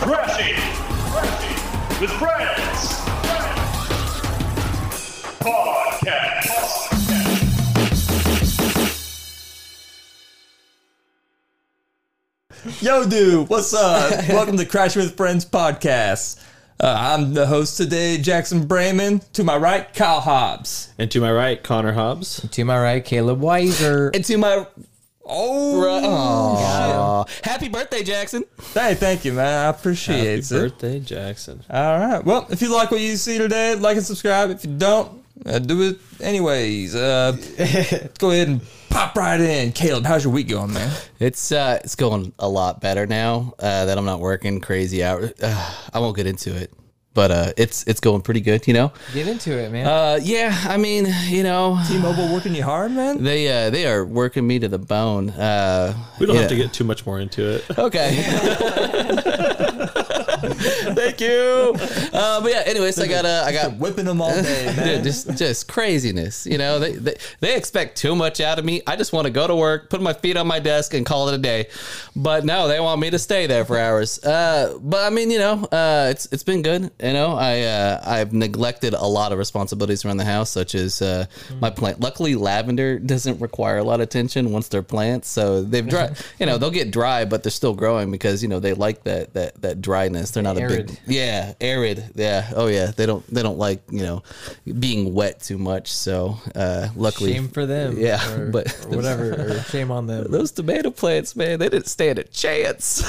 Crafty. Crafty. With friends. Podcast. Yo, dude, what's up? Welcome to Crash with Friends podcast. Uh, I'm the host today, Jackson Brayman. To my right, Kyle Hobbs. And to my right, Connor Hobbs. To my right, Caleb Weiser. And to my oh, Aw. happy birthday, Jackson. hey, thank you, man. I appreciate Happy it. birthday, Jackson. All right. Well, if you like what you see today, like and subscribe. If you don't, uh, do it anyways. Uh, go ahead and pop right in, Caleb. How's your week going, man? It's uh, it's going a lot better now uh, that I'm not working crazy hours. Uh, I won't get into it, but uh, it's it's going pretty good, you know. Get into it, man. Uh, yeah, I mean, you know, T-Mobile working you hard, man. they uh, they are working me to the bone. Uh, We don't yeah. have to get too much more into it. Okay. Thank you. Uh, but yeah, anyways, I got uh, I got Whipping them all day, man. Dude, just just craziness. You know, they, they they expect too much out of me. I just want to go to work, put my feet on my desk, and call it a day. But no, they want me to stay there for hours. Uh, but I mean, you know, uh, it's it's been good. You know, I uh, I've neglected a lot of responsibilities around the house, such as uh, Hmm. my plant. Luckily, lavender doesn't require a lot of attention once they're plants, so they've dry. you know, they'll get dry, but they're still growing because you know they like that that that dryness. They're not a big Arid. yeah, arid. Yeah. Oh yeah. They don't they don't like, you know, being wet too much. So uh luckily shame for them. Yeah, or, but- or whatever. or shame on them. those tomato plants, man, they didn't stand a chance.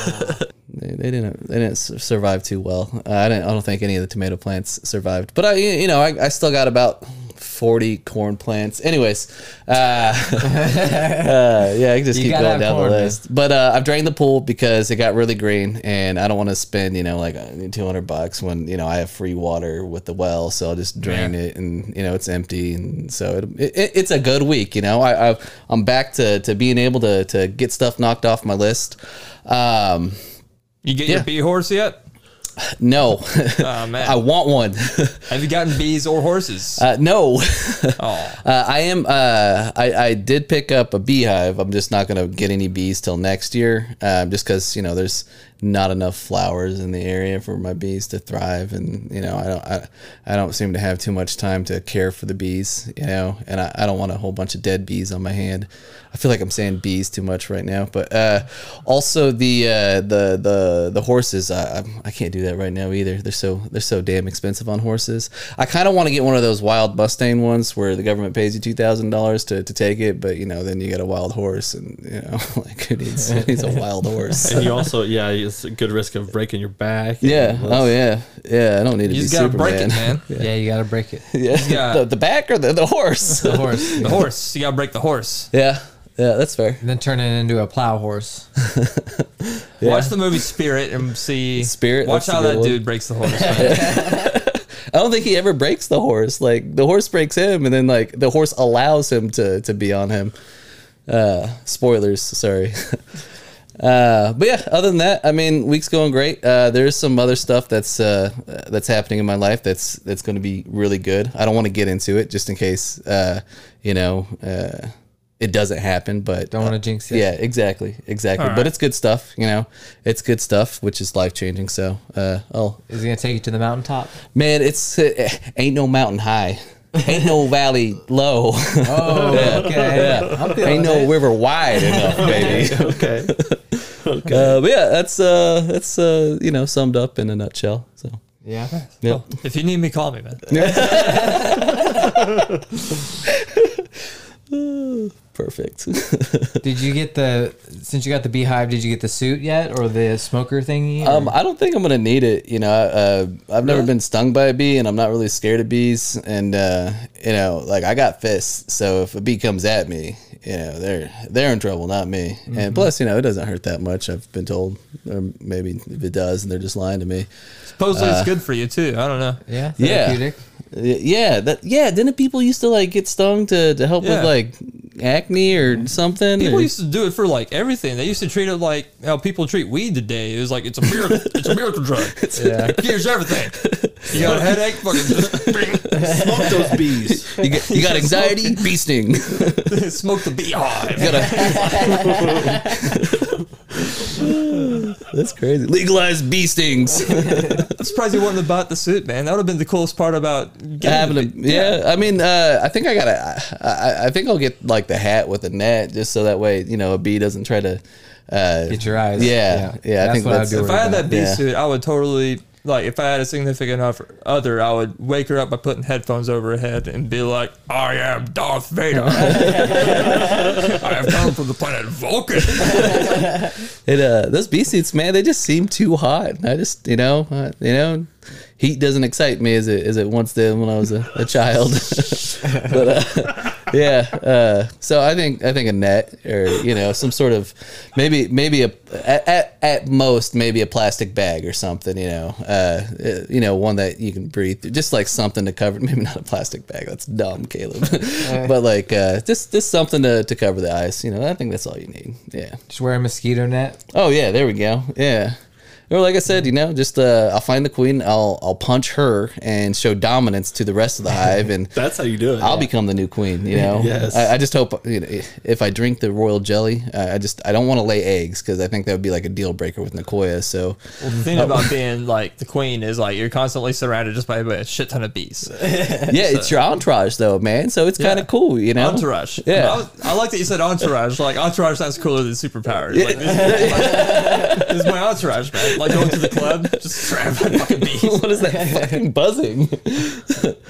they, they didn't they didn't su- survive too well. Uh, I didn't I don't think any of the tomato plants survived. But I you know, I, I still got about 40 corn plants. Anyways, uh, uh, yeah, I can just You keep gotta going have down corn, the man. list. But uh, I've drained the pool because it got really green, and I don't want to spend you know like uh, 200 bucks when you know I have free water with the well, so I'll just drain it, and you know it's empty, and so it, it, it's a good week. You know, I, I've, I'm back to to being able to to get stuff knocked off my list. Um, You get Yeah. your bee horse yet? no, Uh-huh. Oh man, I want one. have you gotten bees or horses? uh, no. oh. Uh, I am. Uh, I, I did pick up a beehive. I'm just not going to get any bees till next year, um, just because you know there's not enough flowers in the area for my bees to thrive, and you know I don't. I, I don't seem to have too much time to care for the bees, you know, and I, I don't want a whole bunch of dead bees on my hand. I feel like I'm saying bees too much right now, but uh, also the uh, the the the horses. I, I- I can't do that right now either. They're so they're so damn expensive on horses. I kind of want to get one of those wild Mustang ones where the government pays you two thousand dollars to to take it, but you know then you get a wild horse, and you know like who needs who needs a wild horse? And you also, yeah, it's a good risk of breaking your back. Yeah. Oh yeah. Yeah. I don't need to You be just gotta Superman. break it, man. yeah. you gotta break it. yeah. got- the, the back or the, the horse? The horse, The horse. You gotta break the horse. yeah. Yeah. That's fair. and then turn it into a plow horse. Watch the movie Spirit and see Spirit, Watch that's a how good that one. dude breaks the horse. man. I don't think he ever breaks the horse. Like the horse breaks him, and then like the horse allows him to to be on him. Uh, spoilers, sorry. uh, but yeah, other than that, I mean, week's going great. Uh, there's some other stuff that's uh, that's happening in my life that's that's going to be really good. I don't want to get into it just in case uh, you know uh, it doesn't happen. But Don't want to jinx it. yeah, exactly, exactly. All right. But it's good stuff, you know. It's good stuff, which is life changing. So, uh, I'll Is he gonna take you to the mountaintop? Man, it's it ain't no mountain high, ain't no valley low, Oh, okay. I'm feeling ain't no it. river wide enough, baby. Okay. Uh, but yeah, that's uh, that's uh, you know, summed up in a nutshell. So Yeah. yeah, if you need me, call me, man. perfect. Did you get the since you got the beehive? Did you get the suit yet, or the smoker thingy? or- um, I don't think I'm gonna need it. You know, uh, I've never been stung by a bee, and I'm not really scared of bees. And uh, you know, like I got fists, so if a bee comes at me, you know, they're they're in trouble, not me. And plus, you know, it doesn't hurt that much. I've been told, or maybe if it does, and they're just lying to me. Supposedly Uh, it's good for you too. I don't know. yeah. yeah. Therapeutic. Yeah, that yeah. Didn't people used to like get stung to, to help Yeah. with like acne or something? People or- used to do it for like everything. They used to treat it like how people treat weed today. It was like it's a miracle. it's a miracle drug. Yeah. It cures everything. You got a headache, fucking just Smoke those bees. you, got, you got anxiety, bee sting. You smoke the beehive. got a That's crazy. Legalize bee stings. I'm surprised you wouldn't have bought the suit, man. That would have been the coolest part about getting Having the a, bee- yeah, I mean, uh, I think I gotta. I, I, I think I'll get like the hat with the net, just so that way you know a bee doesn't try to. Uh, Get your eyes. Yeah, yeah, I that's think what that's- I'd be if If I had that bee Yeah. suit, I would totally like. If I had a significant other- other, I would wake her up by putting headphones over her head and be like, "I am Darth Vader. I have come from the planet Vulcan." It uh, those bee suits, man, they just seem too hot. And I just, you know, uh, you know, heat doesn't excite me as it as it once did when I was a, a child. but uh, yeah, uh, so I think I think a net or you know some sort of maybe maybe a at, at, at most maybe a plastic bag or something. You know, uh, uh, you know, one that you can breathe through, just like something to cover. Maybe not a plastic bag. That's dumb, Caleb. but like uh, just just something to to cover the ice. You know, I think that's all you need. Yeah. Just wear a mosquito net. Oh yeah, there we go. Yeah. Or like I said, you know, just uh, I'll find the queen, I'll I'll punch her and show dominance to the rest of the hive, and That's how you do it. I'll become the new queen. You know, Yes. I, I just hope you know, if I drink the royal jelly, I I just I don't want to lay eggs because I think that would be like a deal breaker with Nicoya. So Well, the thing about being like the queen is like you're constantly surrounded just by a shit ton of bees. yeah, it's your entourage though, man. So it's kind Yeah. of cool, you know. Entourage. Yeah. I, was- I like that you said entourage. Like entourage sounds cooler than superpowers. Like, this, like, this is my entourage, man. Like going to the club, just surrounded by fucking bees. what is that fucking buzzing?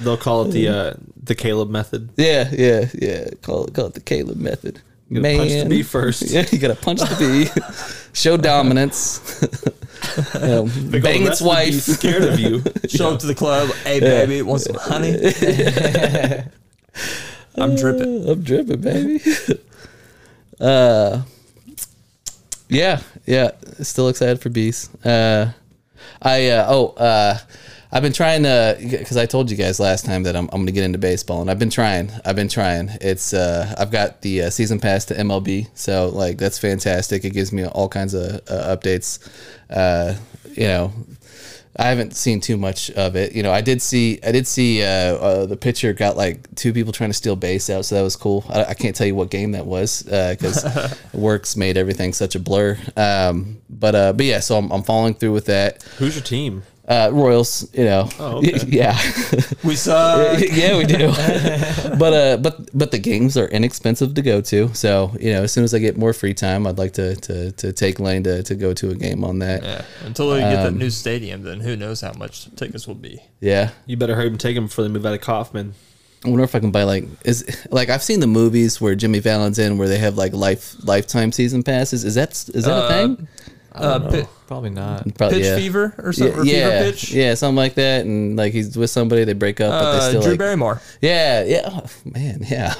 They'll call it the uh, the Caleb method. Yeah, yeah, yeah. Call it, call it the Caleb method. You gotta punch the bee first. Yeah, you gotta punch the bee, show dominance, you know, They call bang the rest of the bees its wife. Scared of you. Show up to the club, hey baby, want some honey? I'm dripping. I'm dripping, baby. uh, yeah, yeah. Still excited for bees. Uh, I uh, oh uh, I've been trying to because I told you guys last time that I'm I'm gonna get into baseball, and I've been trying. I've been trying. It's uh, I've got the uh, season pass to MLB, so like that's fantastic. It gives me all kinds of uh, updates. Uh, you know, I haven't seen too much of it. You know, I did see I did see uh, uh, the pitcher got like two people trying to steal base out, so that was cool. I, I can't tell you what game that was because works made everything such a blur. Um, but uh, but yeah, so I'm, I'm following through with that. Who's your team? Uh, Royals, you know, Oh, okay. yeah, We saw yeah, we do. but uh, but but the games are inexpensive to go to, so you know, as soon as I get more free time, I'd like to to, to take Lane to, to go to a game on that. Yeah, yeah, until they get Um, that new stadium, then who knows how much tickets will be. You better hurry up and take them before they move out of Kaufman. I wonder if I can buy like is like I've seen the movies where Jimmy Fallon's in where they have like life lifetime season passes. Is that is that a thing? Uh, pi- Oh, Probably not. Probably pitch yeah. fever or Yeah, something? or yeah, fever pitch? yeah, something like that, and like he's with somebody, they break up, but they Uh, still Drew like, Barrymore. yeah, yeah, oh, man, yeah,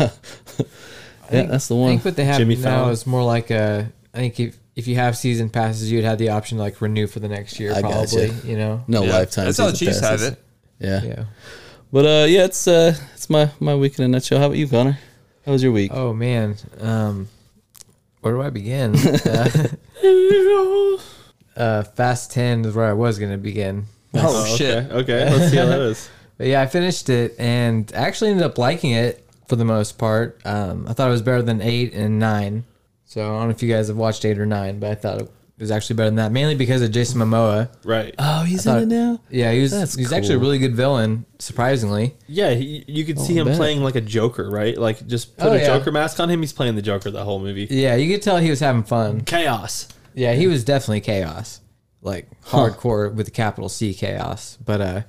yeah, that's the I one. think what they have Jimmy now Fallon. is more like a. I think if if you have season passes, you'd have the option to like renew for the next year, I gotcha. probably. You know. no Yeah. lifetime. That's how the season Chiefs have passes. it. Yeah. Yeah. but uh, yeah, it's uh, it's my my week in a nutshell. How about you, Connor? How was your week? Oh man. Um, where do I begin? uh, uh, Fast Ten is where I was gonna begin. Oh, shit. Okay. okay. Let's see how that is. But yeah, I finished it and actually ended up liking it for the most part. Um, I thought it was better than eight and nine. So I don't know if you guys have watched eight or nine, but I thought it was actually better than that, mainly because of Jason Momoa. Right. Oh, he's thought- in it now. Yeah, he was That's he's actually a cool. really good villain, surprisingly. Yeah, he, you could see Oh, I him bet. playing like a Joker, right? Like just put Oh, a yeah. Joker mask on him. He's playing the Joker the whole movie. Yeah, you could tell he was having fun. Chaos. Yeah, he was definitely chaos, like hardcore with a capital C chaos. But uh,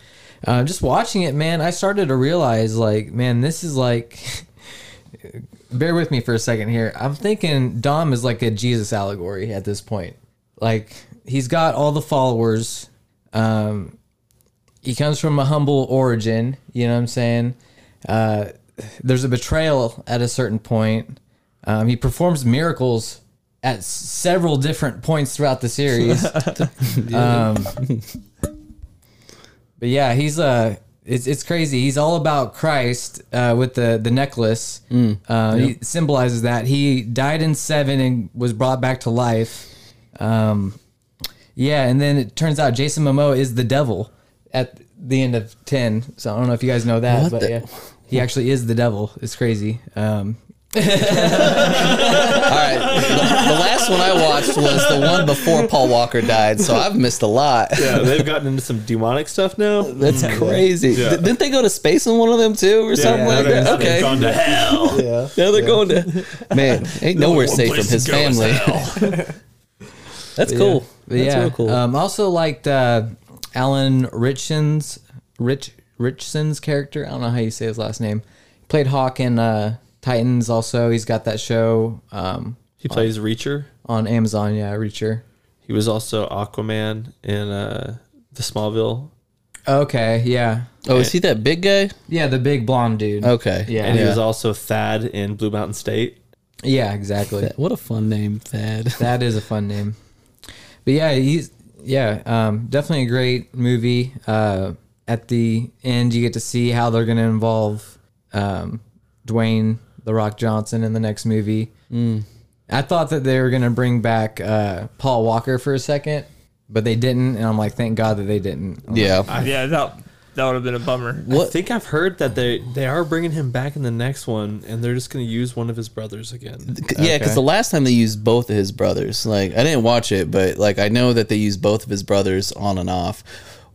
uh, just watching it, man, I started to realize, like, man, this is like. bear with me for a second here. I'm thinking Dom is like a Jesus allegory at this point. Like he's got all the followers. Um, he comes from a humble origin. You know what I'm saying? Uh, there's a betrayal at a certain point. Um, he performs miracles at s- several different points throughout the series. um, but yeah, he's uh, it's it's crazy. He's all about Christ uh, with the the necklace. Mm. Uh, He symbolizes that he died in seven and was brought back to life. Um, yeah, and then it turns out Jason Momoa is the devil at the end of ten. So I don't know if you guys know that, What but the- yeah, he actually is the devil. It's crazy. Um, All right. The, the last one I watched was the one before Paul Walker died, so I've missed a lot. Yeah, they've gotten into some demonic stuff now. That's crazy. Yeah. Th- didn't they go to space in one of them too, or something like that? Okay. Gone to hell. Yeah. Now they're going to. Man, ain't nowhere safe from his family. That's cool. But That's yeah. real cool. Um, also liked uh, Alan Richson's Rich Richson's character. I don't know how you say his last name. He played Hawk in uh, Titans. Also, he's got that show um, He plays Reacher. on Amazon. Yeah, Reacher. He was also Aquaman in uh, the Smallville. Okay. Yeah. oh, is he that big guy? Yeah, the big blonde dude. Okay. Yeah. And he Yeah. was also Thad in Blue Mountain State. Yeah. Exactly. That- what a fun name, Thad. That is a fun name. But yeah, he's yeah, um, definitely a great movie. Uh, at the end, you get to see how they're going to involve um, Dwayne the Rock Johnson in the next movie. Mm. I thought that they were going to bring back uh, Paul Walker for a second, but they didn't, and I'm like, thank God that they didn't. I'm like, Yeah. Yeah, that that would have been a bummer. What- I think I've heard that they they are bringing him back in the next one, and they're just going to use one of his brothers again. C- Yeah, because Okay. the last time they used both of his brothers, like I didn't watch it, but like I know that they used both of his brothers on and off.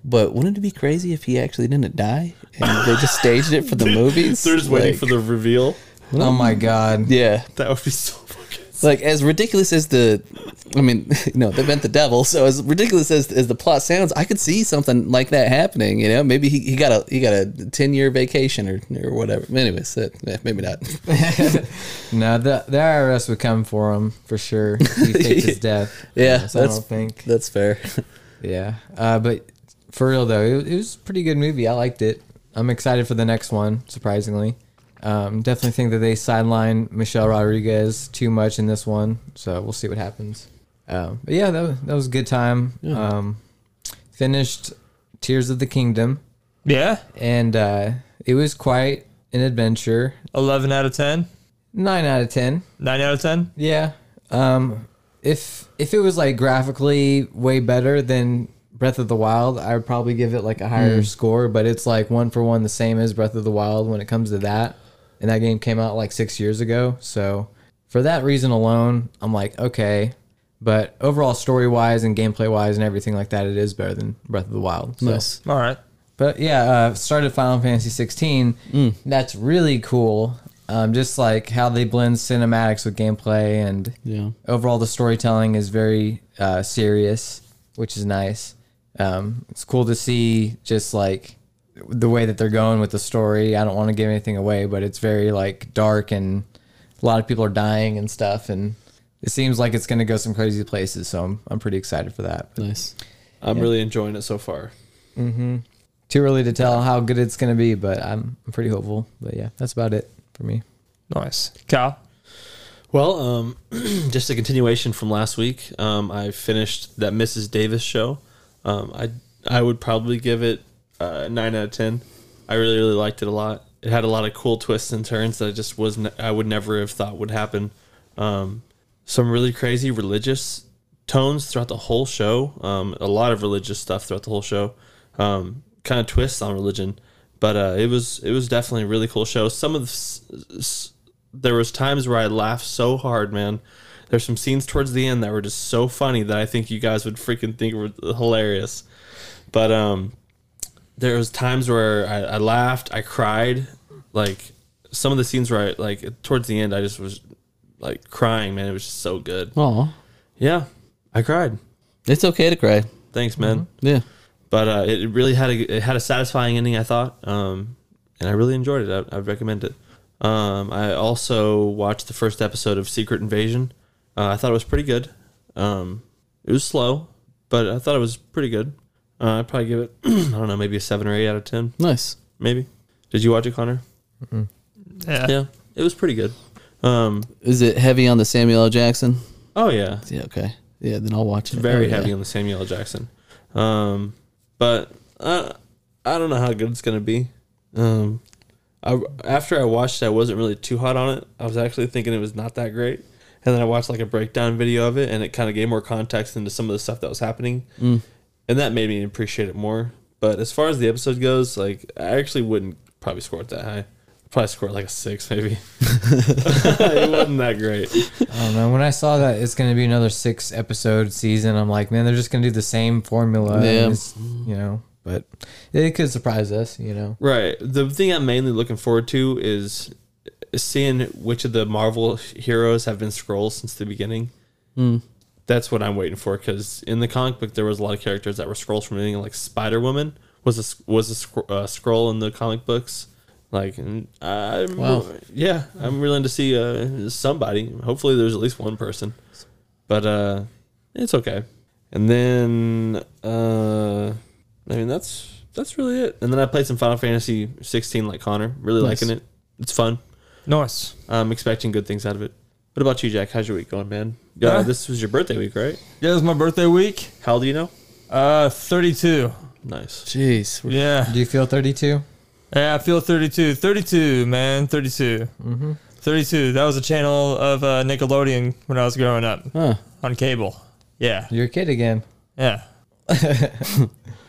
But wouldn't it be crazy if he actually didn't die and they just staged it for the movies? They're just waiting Like, for the reveal. oh my God. yeah. That would be so fucking. Like as ridiculous as the, I mean, no, they meant the devil. So as ridiculous as, as the plot sounds, I could see something like that happening. You know, maybe he, he got a he got a ten year vacation or or whatever. Anyways, that, eh, maybe not. No, the, the IRS would come for him for sure. He faked his death. Yeah, So I that's- don't think. That's fair. Yeah, uh, but for real though, it, it was a pretty good movie. I liked it. I'm excited for the next one. Surprisingly, um, definitely think that they sidelined Michelle Rodriguez too much in this one, so we'll see what happens. Um, but yeah, that was, that was a good time. Um, finished Tears of the Kingdom, Yeah, and uh, it was quite an adventure. eleven out of ten. Nine out of ten. Nine out of ten. Yeah. Um, if if it was like graphically way better than Breath of the Wild, I would probably give it like a higher score. But it's like one for one the same as Breath of the Wild when it comes to that. And that game came out like six years ago, so for that reason alone, I'm like okay. But overall, story wise and gameplay wise and everything like that, it is better than Breath of the Wild. So. Nice. All right. But yeah, uh, started Final Fantasy 16. That's really cool. Um, just like how they blend cinematics with gameplay, and Yeah. overall the storytelling is very uh, serious, which is nice. Um, it's cool to see just like the way that they're going with the story. I don't want to give anything away, but it's very like dark and a lot of people are dying and stuff, and it seems like it's going to go some crazy places. So I'm I'm pretty excited for that. But Nice. I'm really enjoying it so far. too early to tell how good it's going to be, but I'm, I'm pretty hopeful. But yeah, that's about it for me. Nice. Kyle. Well, um, just a continuation from last week. Um, I finished that Mrs. Davis show. Um, I I would probably give it uh, nine out of ten. I really really liked it a lot. It had a lot of cool twists and turns that I just was not I would never have thought would happen. Um, some really crazy religious tones throughout the whole show. Um, a lot of religious stuff throughout the whole show. Um, kind of twists on religion, but uh, it was it was definitely a really cool show. Some of the s- s- there was times where I laughed so hard, man. There's some scenes towards the end that were just so funny that I think you guys would freaking think were hilarious. But um, there was times where I, I laughed, I cried, like some of the scenes where I like towards the end I just was like crying, man. It was just so good. Aw. Yeah, I cried. It's okay to cry. Thanks, man. Yeah. But uh, it really had a it had a satisfying ending, I thought, um, and I really enjoyed it. I, I'd recommend it. Um, I also watched the first episode of Secret Invasion. Uh, I thought it was pretty good. Um, it was slow, but I thought it was pretty good. Uh, I'd probably give it I don't know maybe a seven or eight out of ten, Nice. maybe. Did you watch it, Connor? Yeah. Yeah, it was pretty good. Um, Is it heavy on the Samuel L. Jackson? oh yeah, Yeah, okay. Yeah, then I'll watch it. very Oh, heavy yeah. on the Samuel L. Jackson. Um, but uh, I don't know how good it's gonna be. Um, I, after I watched it, I wasn't really too hot on it. I was actually thinking it was not that great, and then I watched like a breakdown video of it, and it kind of gave more context into some of the stuff that was happening, Mm. and that made me appreciate it more. But as far as the episode goes, like I actually wouldn't probably score it that high. Probably scored like a six, maybe. it wasn't that great. I don't know. When I saw that it's going to be another six episode season, I'm like, man, they're just going to do the same formula. Yeah. and it's- You know, but it could surprise us, you know. Right. The thing I'm mainly looking forward to is seeing which of the Marvel heroes have been scrolls since the beginning. That's what I'm waiting for because in the comic book there was a lot of characters that were scrolls from anything like Spider Woman was a s- was a scr- uh, scroll in the comic books. Like, and I'm, Wow. yeah, I'm willing to see uh, somebody. Hopefully, there's at least one person, but uh, it's okay. And then uh, I mean that's that's really it. And then I played some Final Fantasy 16 like Connor, really Nice. liking it. It's fun. Nice. I'm expecting good things out of it. What about you, Jack? How's your week going, man? Yeah, Huh? this was your birthday week, right? Yeah, it was my birthday week. How old do you know? Uh, 32. Nice. Jeez, we're- Yeah. Do you feel 32? Yeah, I feel 32. 32, man. 32. Mm-hmm. 32. That was a channel of uh, Nickelodeon when I was growing up huh. on cable. Yeah. You're a kid again. Yeah.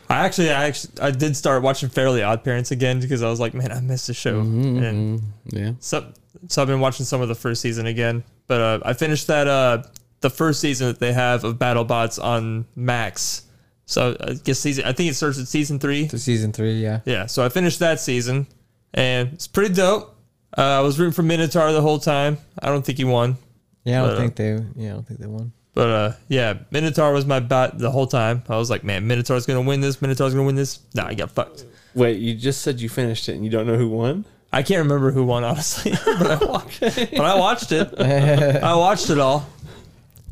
I actually, I actually, I did start watching Fairly Odd Parents again because I was like, man, I missed the show. And Mm-hmm, yeah. so, so I've been watching some of the first season again. But uh, I finished that uh, the first season that they have of BattleBots on Max. So I guess season, I think it starts at season three. To season three, yeah. Yeah, so I finished that season, and it's pretty dope. Uh, I was rooting for Minotaur the whole time. I don't think he won, Yeah, I Uh, Uh-huh. don't think they. Yeah, I don't think they won. but uh, yeah, Minotaur was my bot the whole time. I was like, man, Minotaur's gonna win this. Minotaur's gonna win this. Nah, I got fucked. Wait, you just said you finished it and you don't know who won? I can't remember who won honestly, but I watched, but I watched it. I watched it all.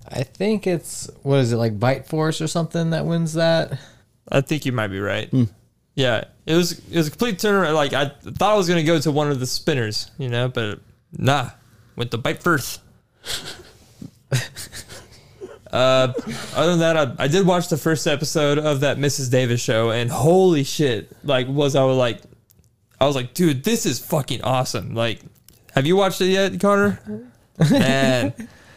I think it's what is it like Bite Force or something that wins that? I think you might be right. Yeah, it was it was a complete turnaround. Like I thought I was gonna go to one of the spinners, you know, but nah, went to bite first. uh, other than that, I, I did watch the first episode of that Mrs. Davis show, and holy shit! Like, was I was like, I was like, dude, this is fucking awesome. Like, have you watched it yet, Connor? Man,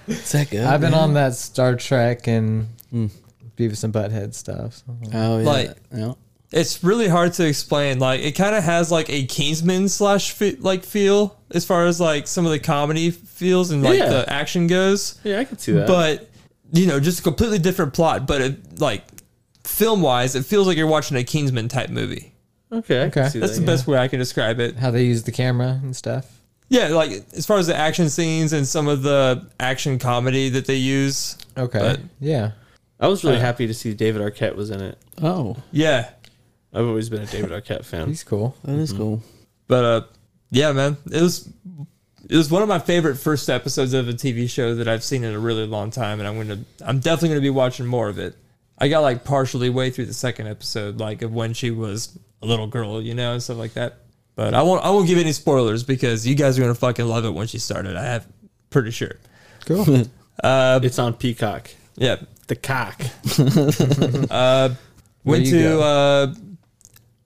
Is that good? I've been man? on that Star Trek and Hmm. Beavis and Butthead stuff. So. Oh yeah. like- yeah. it's really hard to explain. Like it kind of has like a Kingsman slash fe- like feel as far as like some of the comedy feels and like Yeah. the action goes. Yeah, I can see that. But you know, just a completely different plot. But it, like film wise, it feels like you're watching a Kingsman type movie. okay, I can Okay. see That's that. the best way I can describe it. How they use the camera and stuff. Yeah, like as far as the action scenes and some of the action comedy that they use. Okay. But- yeah. yeah. I was really happy to see David Arquette was in it. Oh, Yeah, I've always been a David Arquette fan. He's cool. that is cool. But uh, yeah, man, it was it was one of my favorite first episodes of a TV show that I've seen in a really long time, and I'm gonna I'm definitely gonna be watching more of it. I got like partially way through the second episode, like of when she was a little girl, you know, and stuff like that. But I won't I won't give any spoilers because you guys are gonna fucking love it when she started. I have pretty sure. Cool. Oh, It's on Peacock. Yeah, The cock. went There you to go. uh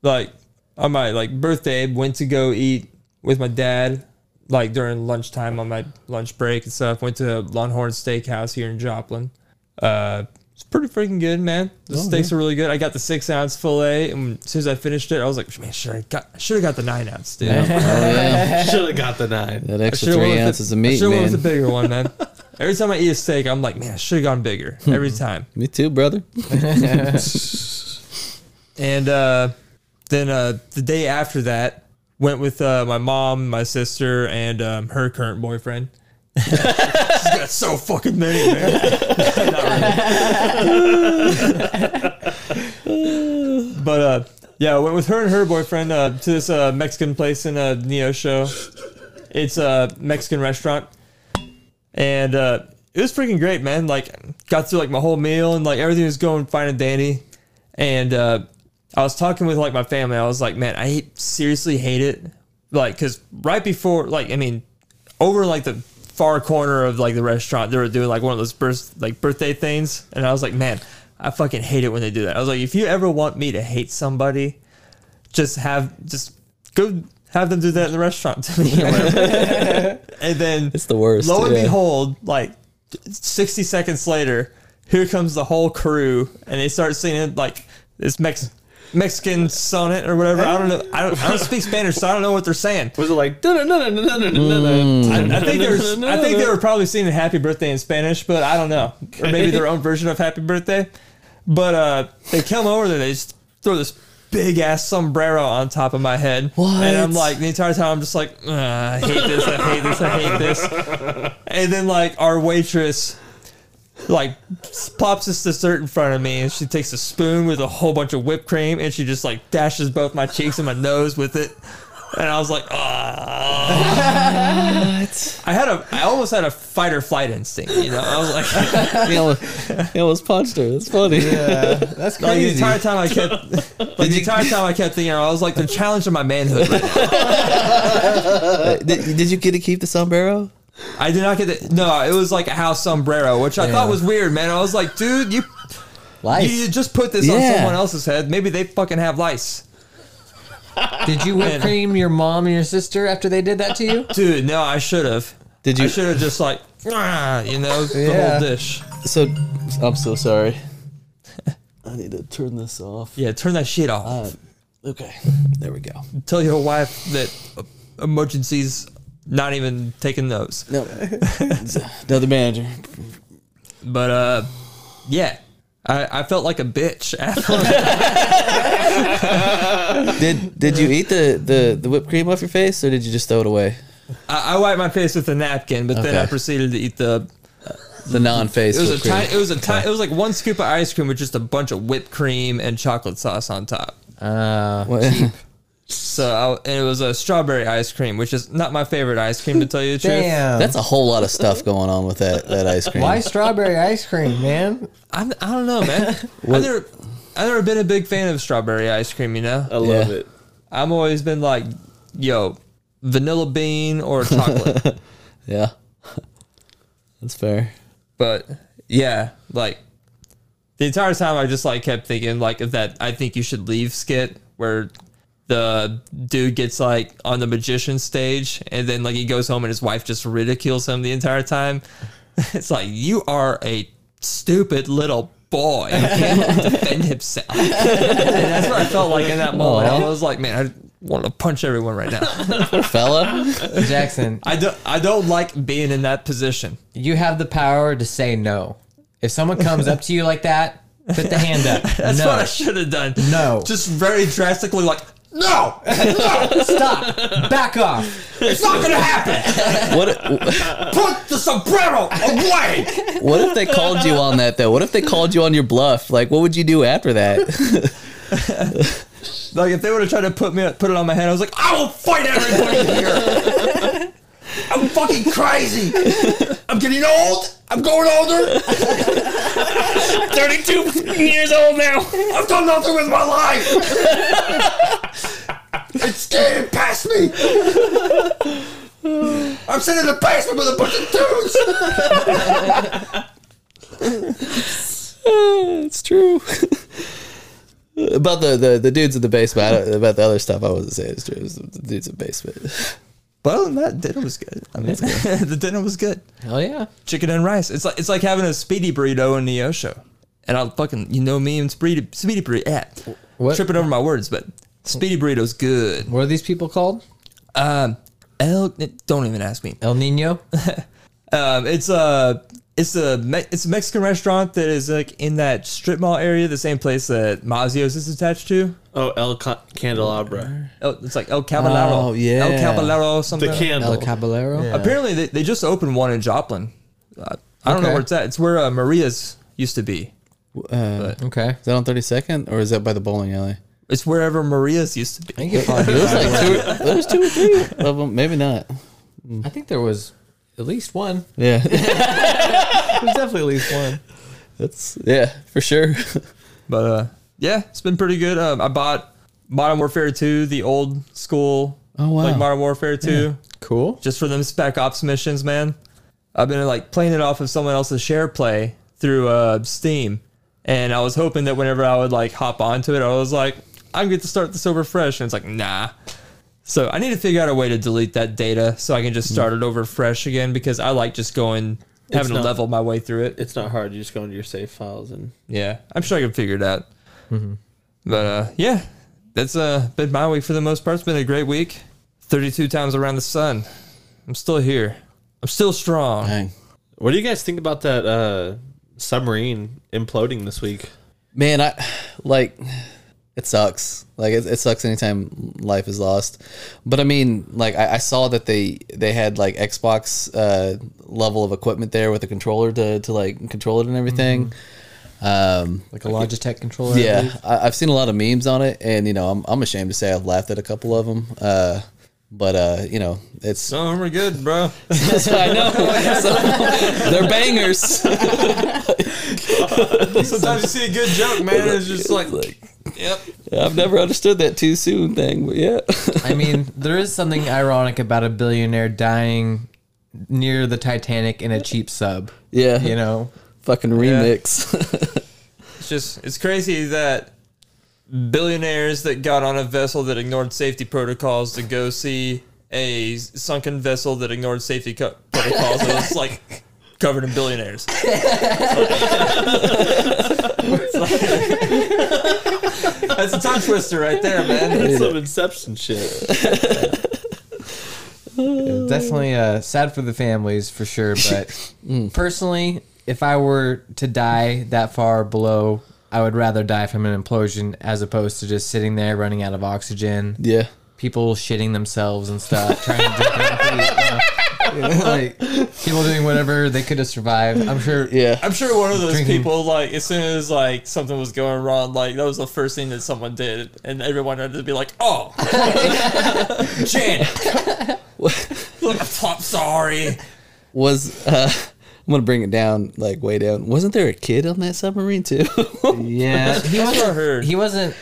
like on my like birthday went to go eat with my dad like during lunchtime on my lunch break and stuff went to longhorn steakhouse here in joplin uh it's pretty freaking good man the Oh, steaks are really good i got the six ounce fillet and as soon as i finished it i was like man should i got should have got the nine ounce dude Oh yeah, Should have got the nine. that extra three ounces of meat, should have went with man. the bigger one man every time i eat a steak i'm like man i should have gone bigger Hmm. every time Me too, brother. And uh, then uh, the day after that, went with uh, my mom, my sister, and um, her current boyfriend. She's got so fucking many, man. Not really. but uh, yeah, I went with her and her boyfriend uh, to this uh, Mexican place in uh, Neo show. It's a Mexican restaurant, and uh, it was freaking great, man. Like, got through like my whole meal, and like everything was going fine and dandy and uh, I was talking with like my family. I was like, man, I hate, seriously hate it, like because right before, like I mean, over like the far corner of like the restaurant, they were doing like one of those birth like birthday things, and I was like, man, I fucking hate it when they do that. I was like, if you ever want me to hate somebody, just have just go have them do that in the restaurant to me, or whatever. and then It's the worst. Lo and yeah. behold, like 60 seconds later, here comes the whole crew, and they start singing like this Mex Mexican sonnet or whatever. I don't know. I don't, I don't speak Spanish, so I don't know what they're saying. Was it like? I I think there's. I think they were probably singing "Happy Birthday" in Spanish, but I don't know, or maybe their own version of "Happy Birthday." But uh, they come over there, they just throw this big ass sombrero on top of my head, and I'm like the entire time I'm just like, "Ugh, I hate this, I hate this, I hate this, and then like our waitress. Like plops this dessert in front of me, and she takes a spoon with a whole bunch of whipped cream, and she just like dashes both my cheeks and my nose with it, and I was like, ah. I had a, I almost had a fight or flight instinct. You know, I was like, He almost, he almost punched her. That's funny. Yeah, that's like the crazy. entire time I kept, like the entire time I kept thinking, I was like, they're challenging my manhood. right now. Uh, did, did you get to keep the sombrero? I did not get the, no, it was like a house sombrero, which I thought was weird, man. I was like, dude, you, Life. you just put this on Yeah. someone else's head. Maybe they fucking have lice. Did you whip cream your mom and your sister after they did that to you? Dude, no, I should have. Did you- I should have just like, "Ah," you know, the Yeah. whole dish. So I'm so sorry. I need to turn this off. Yeah, turn that shit off. Uh, okay, there we go. Tell your wife that emergencies not even taking those. No, another manager. But uh, yeah, I, I felt like a bitch. after- Did did you eat the, the, the whipped cream off your face, or did you just throw it away? I, I wiped my face with a napkin, but then I Okay. proceeded to eat the. The non-face It was a whipped cream. tiny. It was a tiny. It was like one scoop of ice cream with just a bunch of whipped cream and chocolate sauce on top. Uh, What- So I, and it was a strawberry ice cream, which is not my favorite ice cream to tell you the truth. damn. That's a whole lot of stuff going on with that, that ice cream. Why strawberry ice cream, man? I'm, I don't know, man. I've never, I've never been a big fan of strawberry ice cream. You know, love Yeah. it. I've always been like, yo, vanilla bean or chocolate. Yeah, that's fair. but yeah, like the entire time I just like kept thinking like of that I think you should leave skit where the dude gets like on the magician stage and then like he goes home and his wife just ridicules him the entire time. It's like you are a stupid little boy. He can't defend himself. and that's what I felt like in that moment. I was like, man, I want to punch everyone right now. Poor fella. Jackson, I don't I don't like being in that position. you have the power to say no. If someone comes up to you like that, put the hand up. That's no. what I should have done. No. Just very drastically like no, Stop. Back off. It's not gonna happen. What Put the sombrero away. what if they called you on that though? What if they called you on your bluff? Like, what would you do after that? Like if they would have tried to put me put it on my head, I was like, I will fight everybody here. I'm fucking crazy. I'm getting old. I'm going older. 32 years old now. I've done nothing with my life. It's getting past me. I'm sitting in the basement with a bunch of dudes. it's true. about the, the, the dudes in the basement. I don't, about the other stuff, I wasn't saying it's true. It was the dudes in the basement. But other than that, dinner was good. I mean, the dinner was good. Hell yeah. chicken and rice. It's like it's like having a speedy burrito in the Osho. And I'll fucking you know me and speedy speedy burrito. Eh, What- Tripping over my words, but speedy burrito's good. What are these people called? Um, El, don't even ask me. El Nino? Um, it's a it's a Me- it's a Mexican restaurant that is like in that strip mall area, the same place that Mazio's is attached to. Oh, El Ca- Candelabra. El, it's like El Caballero. Oh, yeah. El Caballero something. The candle. El Caballero? Apparently, they, they just opened one in Joplin. Uh, I don't know Okay. where it's at. It's where uh, Maria's used to be. Uh, Okay. is that on 32nd or is that by the bowling alley? It's wherever Maria's used to be. I think, it probably- It was like two. There's two or three of them. Maybe not. I think there was at least one. Yeah. There's definitely at least one. That's yeah, for sure. But uh, yeah, it's been pretty good. Um, I bought Modern Warfare 2, the old school, Oh, wow. like Modern Warfare 2, Cool. just for them Spec Ops missions, man. I've been like playing it off of someone else's share play through uh, Steam, and I was hoping that whenever I would like hop onto it, I was like, I'm going to start this over fresh, and it's like, nah. So I need to figure out a way to delete that data so I can Hmm. just start it over fresh again because I like just going having to not- level my way through it. It's not hard. You just go into your save files and Yeah, I'm sure I can figure it out. But uh, yeah, that's uh, been my week for the most part. It's been a great week. 32 times around the sun. I'm still here. I'm still strong. Dang. What do you guys think about that uh, submarine imploding this week? man i like it sucks like it, it sucks anytime life is lost but i mean like I, I saw that they they had like xbox uh level of equipment there with a controller to to like control it and everything um Like a Logitech controller. I yeah believe. I, i've seen a lot of memes on it and you know I'm, I'm ashamed to say i've laughed at a couple of them uh but uh you know it's So we're good, bro. i know so, they're bangers Sometimes you see a good joke, man. It's just like, yep. i've never understood that too soon thing but yeah I mean, there is something ironic about a billionaire dying near the Titanic in a cheap sub. yeah You know, fucking remix It's just, it's crazy that billionaires that got on a vessel that ignored safety protocols to go see a sunken vessel that ignored safety co- protocols. and it's like covered in billionaires. It's like- that's a tongue twister right there, man. That's some Inception shit. definitely uh, sad for the families for sure. But personally, if I were to die that far below, I would rather die from an implosion as opposed to just sitting there running out of oxygen. yeah people shitting themselves and stuff, trying to drink their own pee, you know? like people doing whatever they could have survived. I'm sure. Yeah. I'm sure one of those Drinking. people, like, as soon as like something was going wrong, like that was the first thing that someone did, and everyone had to be like, "Oh, Janet, look, I'm top sorry." Was uh I'm gonna bring it down like way down. Wasn't there a kid on that submarine too? Yeah, That's what he I wasn't. heard. He wasn't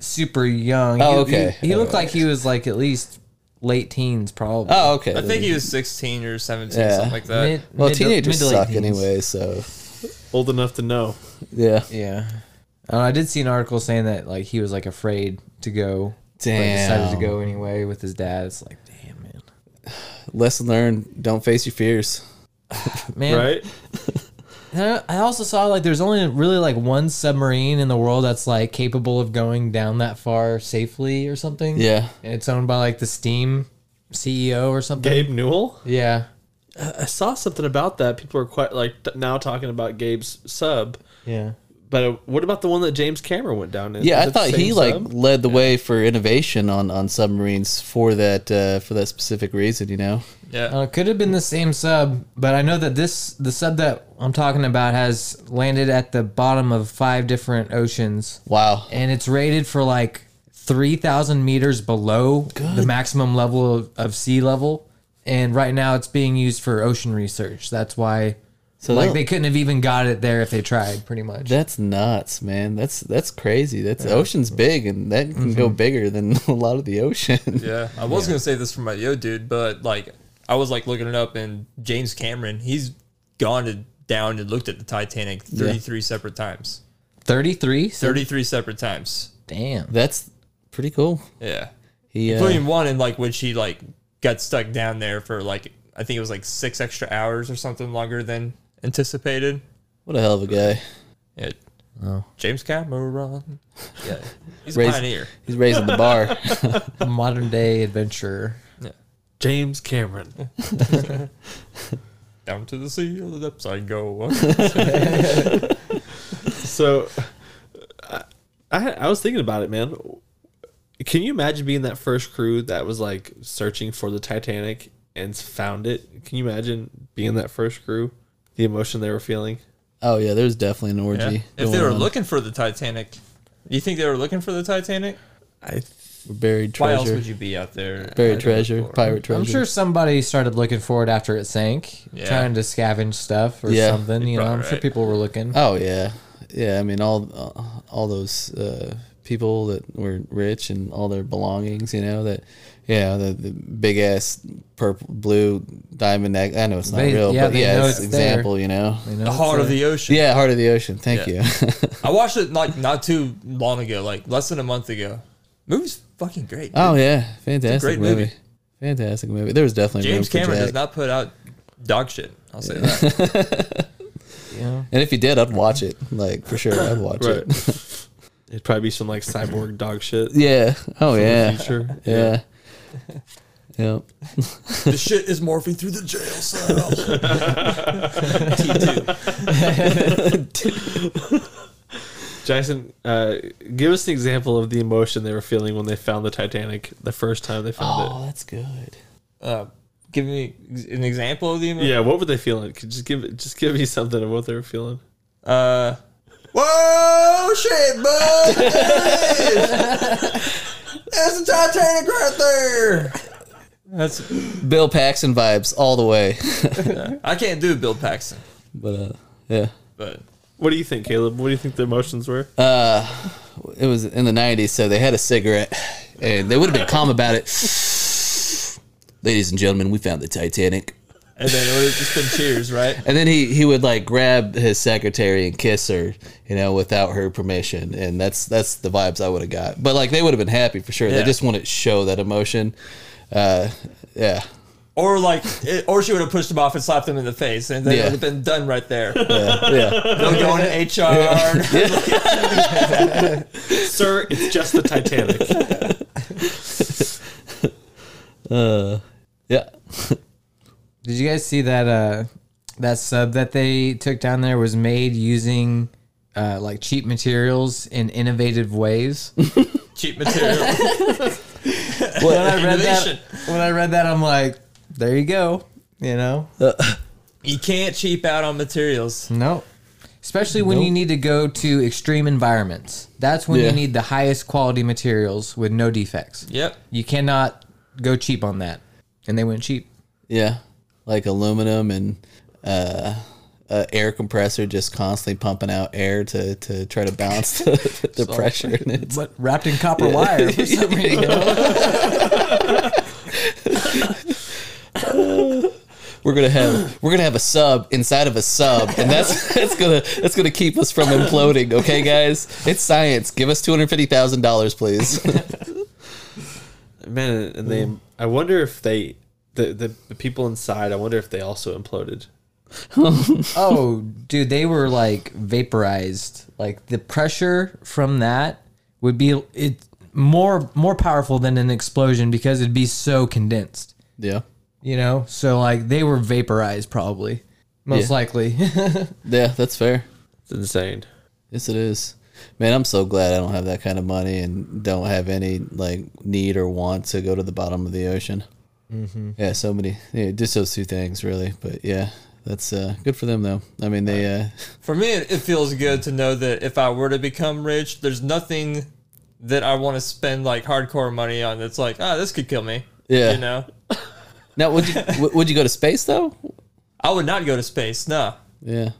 super young. Oh, He- okay. He, he looked like he was like at least late teens, probably. oh, okay. I think he was 16 or 17, Yeah. something like that. Mid- well, mid to- teenagers mid to late suck teens. anyway, so Old enough to know. yeah. Yeah, Uh, I did see an article saying that like he was like afraid to go. But decided Damn. to go anyway with his dad. It's like, damn, man. Lesson learned: don't face your fears. Man, Right? And I I also saw like there's only really like one submarine in the world that's like capable of going down that far safely or something. Yeah, And it's owned by like the Steam CEO or something. Gabe Newell? Yeah. I saw something about that. People are quite like t- now talking about Gabe's sub. Yeah. But uh, what about the one that James Cameron went down in? Is yeah. I it the thought same he like sub? led the way for innovation on on submarines for that uh, for that specific reason. You know, Yeah, Uh, it could have been the same sub, but I know that this the sub that I'm talking about has landed at the bottom of five different oceans, wow. and it's rated for like three thousand meters below the maximum level of, of sea level. And right now, it's being used for ocean research. That's why So like that- they couldn't have even got it there if they tried, pretty much. that's nuts, man. That's that's crazy. That's ocean's big, and that can go Mm-hmm. bigger than a lot of the ocean. yeah. I was gonna say this for my yo dude, but like, I was like looking it up, and James Cameron, he's gone to down and looked at the Titanic 33 separate times. Thirty-three. So 33 separate times. Damn. That's pretty cool. Yeah. He uh, including one in like when she like got stuck down there for like I think it was like six extra hours or something longer than anticipated. what a hell of a guy. Yeah. James Cameron. Yeah, he's a Oh. Raised- pioneer. He's raising the bar. A modern day adventurer. James Cameron. Down to the sea of the depths I go. so I, I I was thinking about it, man. Can you imagine being that first crew that was like searching for the Titanic and found it? Can you imagine being that first crew? The emotion they were feeling. Oh yeah, there's definitely an Yeah. orgy. If they going were on. looking for the Titanic, you think they were looking for the Titanic? I buried Why treasure, else would you be out there? buried treasure, pirate treasure. I'm sure somebody started looking for it after it sank, Yeah. trying to scavenge stuff or Yeah. something. You know, I'm probably sure right. people were looking. Oh yeah, yeah. I mean, all uh, all those uh, people that were rich and all their belongings. You know that. Yeah, the, the big ass purple blue diamond neck. I know it's not They- real, yeah, but they yeah, know it's it's example. You know. You know, The it's heart of like- the ocean. Yeah, heart of the ocean. Thank you. I watched it like not too long ago, like less than a month ago. Movie's fucking great. dude. oh yeah, fantastic great movie. movie. Fantastic movie. There was definitely room James for Cameron does Jack. not put out dog shit. I'll say that. You know? And if he did, I'd watch it. Like for sure, I'd watch it. Right. It'd probably be some like cyborg dog shit. Yeah. Oh yeah. Future. Yeah. Yep. the shit is morphing through the jail cells. Jackson, uh, give us an example of the emotion they were feeling when they found the Titanic the first time they found Oh, that's good. Uh, give me ex- an example of the it. Yeah, what were they feeling? Could just give just give me something of what they were feeling. Uh, Whoa, shit, bud! There it is! That's the Titanic right there. That's Bill Paxton vibes all the way. I can't do Bill Paxton, but uh, yeah, but What do you think, Caleb? What do you think the emotions were? it was in the '90s, so they had a cigarette, and they would have been calm about it. Ladies and gentlemen, we found the Titanic. and then it would have just been cheers, right? And then he, he would like grab his secretary and kiss her, you know, without her permission. And that's that's the vibes I would have got. But like they would have been happy for sure. Yeah. They just want to show that emotion. Uh, yeah. Or like, it, or she would have pushed him off and slapped him in the face, and then it Yeah. would have been done right there. Yeah. Yeah. They'll go into HR. Sir, it's just the Titanic. Uh, yeah. Did you guys see that uh that sub that they took down there was made using uh like cheap materials in innovative ways? Cheap material. when I read Innovation. that when I read that I'm like, there you go. You know? Uh, You can't cheap out on materials. Nope. Especially when you need to go to extreme environments. That's when Yeah. you need the highest quality materials with no defects. Yep. You cannot go cheap on that. And they went cheap. Yeah, like aluminum and uh, uh, air compressor, just constantly pumping out air to, to try to balance the, the pressure. And it's But wrapped in copper wire for some reason. we're gonna have we're gonna have a sub inside of a sub, and that's that's gonna that's gonna keep us from imploding. Okay, guys, it's science. Give us two hundred fifty thousand dollars, please. Man, and they I wonder if they the, the, the people inside, I wonder if they also imploded. Oh, dude, they were like vaporized. Like the pressure from that would be it more more powerful than an explosion because it'd be so condensed. yeah, You know, so like they were vaporized probably, most Yeah. likely. yeah, that's fair. It's insane. Yes, it is. Man, I'm so glad I don't have that kind of money and don't have any like need or want to go to the bottom of the ocean. Mm-hmm. Yeah, so many. Yeah, just those two things, really. But yeah, that's uh, good for them, though. I mean, they. Uh, For me, it, it feels good to know that if I were to become rich, there's nothing that I want to spend like hardcore money on that's like, ah, this could kill me. Yeah. You know? now, would you w- would you go to space though? I would not go to space. No. Yeah.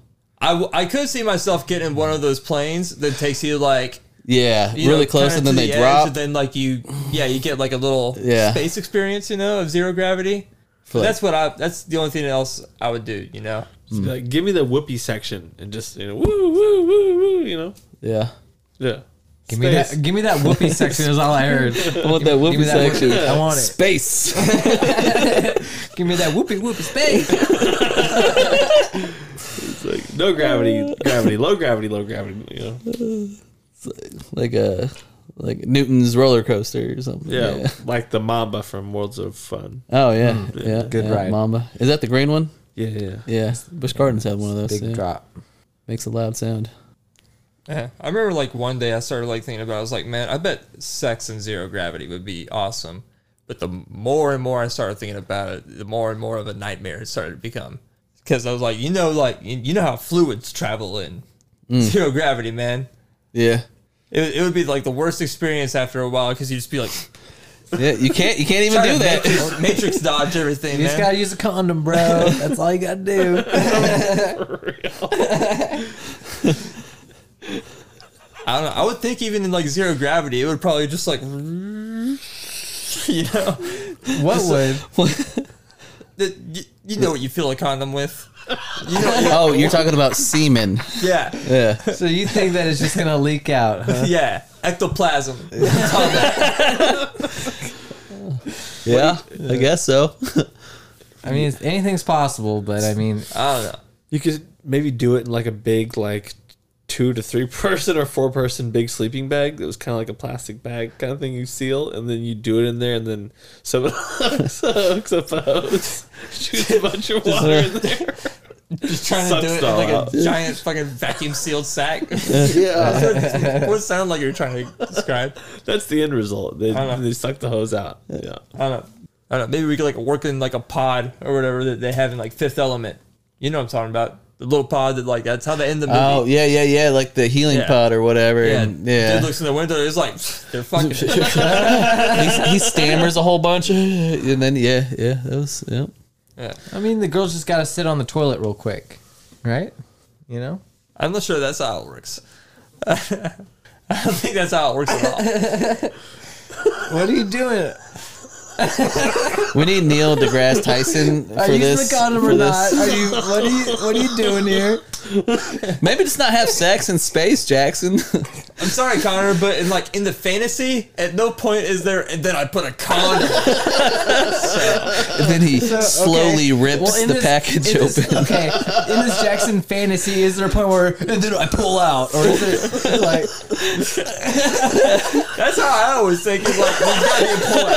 I, w- I could see myself getting one of those planes that takes you like Yeah, you really know, close, kinda and then to they the edge, drop and then like you yeah you get like a little Yeah. space experience you know of zero gravity. for like, that's what I that's the only thing else I would do you know. Just be Like, give me the whoopee section and just you know woo woo woo woo you know yeah. yeah. give me that give me that whoopee section is all I heard. I want that Give me whoopee that section. whoopee. I want it. Space. Give me that whoopee whoopee space. It's like no gravity, gravity, low gravity, low gravity. You know, like a like Newton's roller coaster or something. yeah, like the Mamba from Worlds of Fun. Oh yeah. yeah. Mm, Good yeah, ride. Mama. Is that the green one? Yeah, yeah. Yeah, Bush Gardens had one of those. Big yeah. drop. Makes a loud sound. Yeah. I remember like one day I started like thinking about it, I was like, man, I bet sex in zero gravity would be awesome. But the more and more I started thinking about it, the more and more of a nightmare it started to become. Because I was like, you know, like you you know how fluids travel in Mm. zero gravity, man. Yeah, It, would- it would be like the worst experience after a while because you just be like, yeah. You can't. You can't even trying do to that. matrix, matrix dodge everything, You just man. gotta use a condom, bro. That's all you gotta do. I don't know. I would think even in like zero gravity, it would probably just like, you know, What would that you, you know what you feel a condom with. You know, Oh, you're talking about semen. yeah. Yeah. so you think that it's just gonna leak out, huh? Yeah, ectoplasm. Yeah. I guess so. I mean, it's- anything's possible, but I mean, I don't know. You could maybe do it in like a big like two to three person or four person big sleeping bag that was kind of like a plastic bag kind of thing you seal, and then you do it in there, and then someone hooks up a hose, shoots a bunch of water in there. Just trying Sucks to do it it all in like out. a giant fucking vacuum sealed sack. Yeah, what would it sound like you're trying to describe? that's the end result. They, I know. they suck the hose out. Yeah, I don't know. I don't know. Maybe we could like work in like a pod or whatever that they have in like Fifth Element. You know what I'm talking about? The little pod that like that's how they end the movie. Oh yeah, yeah, yeah, like the healing Yeah. pot or whatever. yeah. and- Yeah, Dude looks in the window. It's like they're fucking. he, he stammers a whole bunch, and then yeah, yeah, that was yeah. I mean, the girls just got to sit on the toilet real quick, right? You know? I'm not sure that's how it works. I don't think that's how it works at all. What are you doing? We need Neil deGrasse Tyson for Are you this. slick on him or for not? this. Are you, what, are you, what are you doing here? Maybe just not have sex in space, Jackson. I'm sorry, Connor, but in like in the fantasy, at no point is there. And then I put a condom. and then he So, okay. slowly rips Well, in the this- package in this- open. okay, in this Jackson fantasy, is there a point where and then I pull out, or is it like That's how I always think. Is like there's gotta be a point.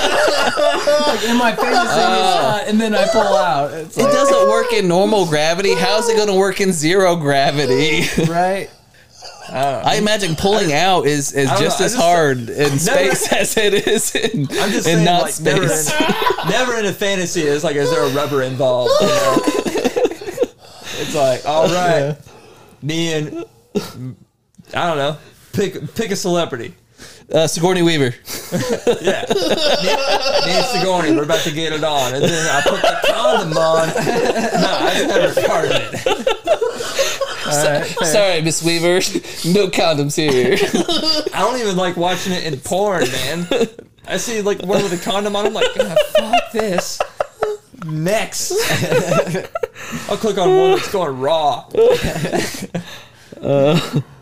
like in my fantasy, it's, uh, and then I pull out? It's Ah. it like, doesn't work in normal gravity. How's it going to work in zero gravity? right? I imagine pulling out is, is don't just know, I as just- hard in space as it is in, I'm just in saying, not like space. Never, in, never in a fantasy is like is there a rubber involved? You know? it's like all right, me and I don't know. Pick pick a celebrity. Uh, Sigourney Weaver. Yeah. Dance Sigourney, we're about to get it on. And then I put the condom on. No, I never started it. Sorry, Miss Weaver. No condoms here. I don't even like watching it in porn, man. I see like one with a condom on, I'm like, God, fuck this. Next. I'll click on one that's going raw.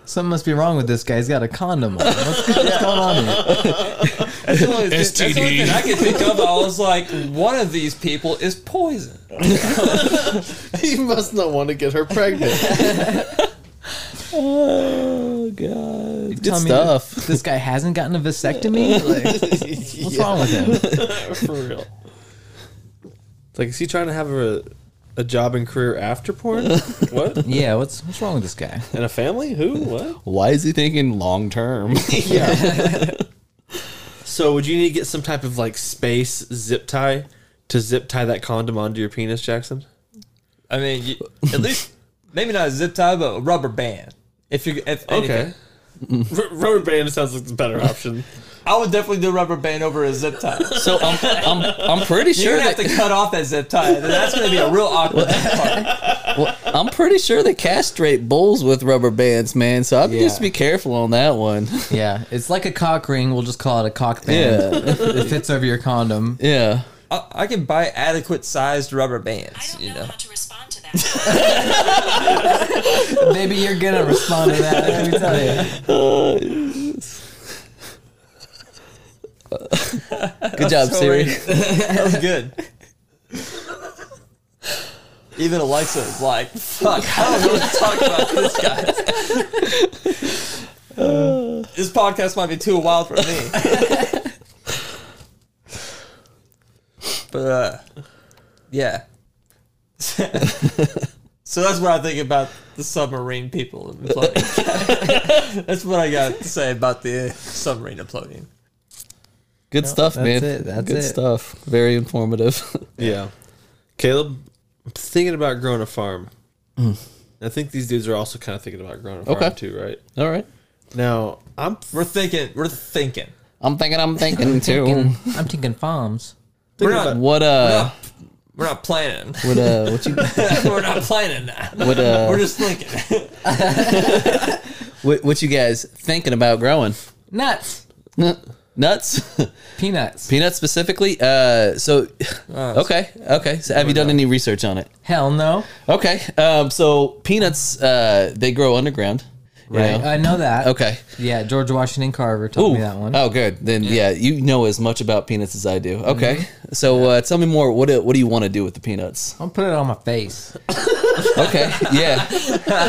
Something must be wrong with this guy. He's got a condom on. What's, what's going on here? That's the only, that's the only STD. thing I could think of. I was like, one of these people is poison. He must not want to get her pregnant. oh, God. Good Tell me stuff. This guy hasn't gotten a vasectomy. Like, what's wrong with him? for real. It's Like, is he trying to have a a job and career after porn? what? Yeah, what's what's wrong with this guy? And a family? Who? What? Why is he thinking long term? So would you need to get some type of like space zip tie to zip tie that condom onto your penis, Jackson? I mean, you, at least maybe not a zip tie, but a rubber band. If you, if anything. R- rubber band sounds like the better option. I would definitely do rubber band over a zip tie. so I'm, I'm, I'm pretty um, You're sure gonna have that, to cut off that zip tie. That's gonna be a real awkward part. well, I'm pretty sure they castrate bulls with rubber bands, man. So I'd Yeah. just be careful on that one. Yeah, it's like a cock ring. We'll just call it a cock band. Yeah. It fits over your condom. Yeah. I, I can buy adequate sized rubber bands. don't You know, know, how to respond to that. Maybe you're gonna respond to that. Let me tell you. Good job, so Siri. ready. that was good. Even Alexa is like, "Fuck, I don't know what to talk about with this guy." this podcast might be too wild for me. but uh, yeah. so that's what I think about the submarine people imploding. that's what I got to say about the submarine imploding. Good stuff, that's man. it, that's Good it. stuff. Very informative. Yeah. Caleb, I'm thinking about growing a farm. I think these dudes are also kind of thinking about growing a farm Okay. too, right? All right. Now, I'm We're thinking. We're thinking. I'm thinking, I'm thinking too. Thinking- I'm thinking farms. We're about- not. What uh, We're not planning. what uh, what you, we're not planning that. what uh, We're just thinking. what, what you guys thinking about growing? Nuts. N- Nuts, Peanuts. peanuts specifically. Uh, so okay, okay. So have you done any research on it? Hell no. Okay, um, so peanuts uh, they grow underground, Right. know? I know that. Okay. Yeah, George Washington Carver told me that one. Oh, good. Then yeah. you know as much about peanuts as I do. Okay, so uh, tell me more. What do, what do you want to do with the peanuts? I'm putting it on my face. Okay, yeah.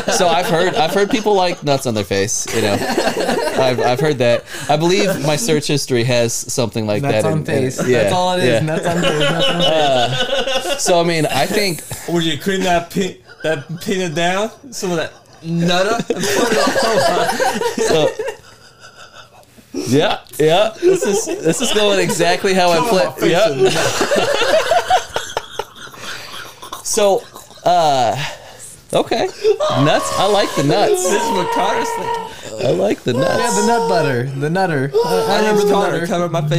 So I've heard I've heard people like nuts on their face. You know, I've, I've heard that. I believe my search history has something like Nuts that. on in- in- face. That's all it is. yeah. Nuts on face. Nuts on face. So I mean, I think Would you clean that pe- that peanut down? Some of that nutter and put it on so. Yeah, yeah. This is this is going exactly how I planned. Yeah. So, uh, okay, nuts. I like the nuts. This is what Connor's thinking. I like the nuts. Yeah, the nut butter. The nutter. I, I My remember name's the Connor. nutter. Cover my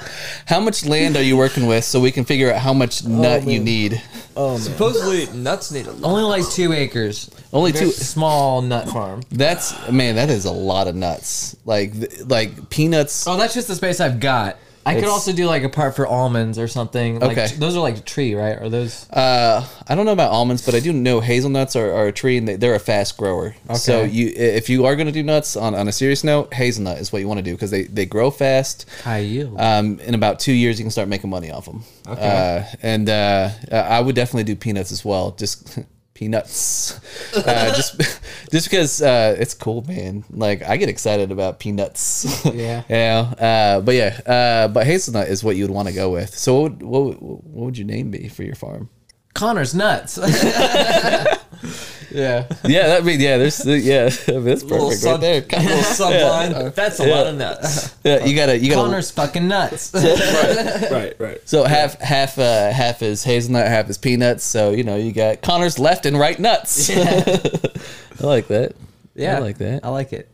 face. How much land are you working with so we can figure out how much nut you need? Supposedly, nuts need a lot. Only like two acres. Only Very two. small nut farm. That's man. That is a lot of nuts. Like th- like peanuts. Oh, that's just the space I've got. I could It's- also do like a part for almonds or something. Like, Okay. t- those are like a tree, right? Are those? Uh, I don't know about almonds, but I do know hazelnuts are, are a tree and they, they're a fast grower. So Okay. you if you are going to do nuts on, on a serious note, hazelnut is what you want to do because they, they grow fast. high yield. Um, in about two years, you can start making money off them. Okay. Uh, and uh, I would definitely do peanuts as well. Just peanuts. uh, just just because uh, it's cool, man. Like I get excited about peanuts. Yeah. you know. Uh, but yeah. Uh, but hazelnut is what you would want to go with. So what would, what would, what would your name be for your farm? Connor's nuts. yeah. Yeah, that mean yeah. There's yeah. I mean, that's perfect right there. A little sunline. That's a lot of nuts. Yeah, you gotta you gotta Connor's fucking nuts. Right, right. So half half uh, half is hazelnut, half is peanuts. So you know you got Connor's left and right nuts. I like that. yeah. I like that. I like it.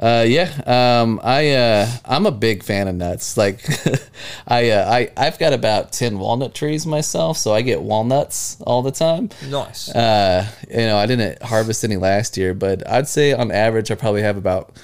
Uh, yeah, um, I uh, I'm a big fan of nuts. Like I uh, I I've got about ten walnut trees myself, so I get walnuts all the time. Nice. Uh, you know I didn't harvest any last year, but I'd say on average I probably have about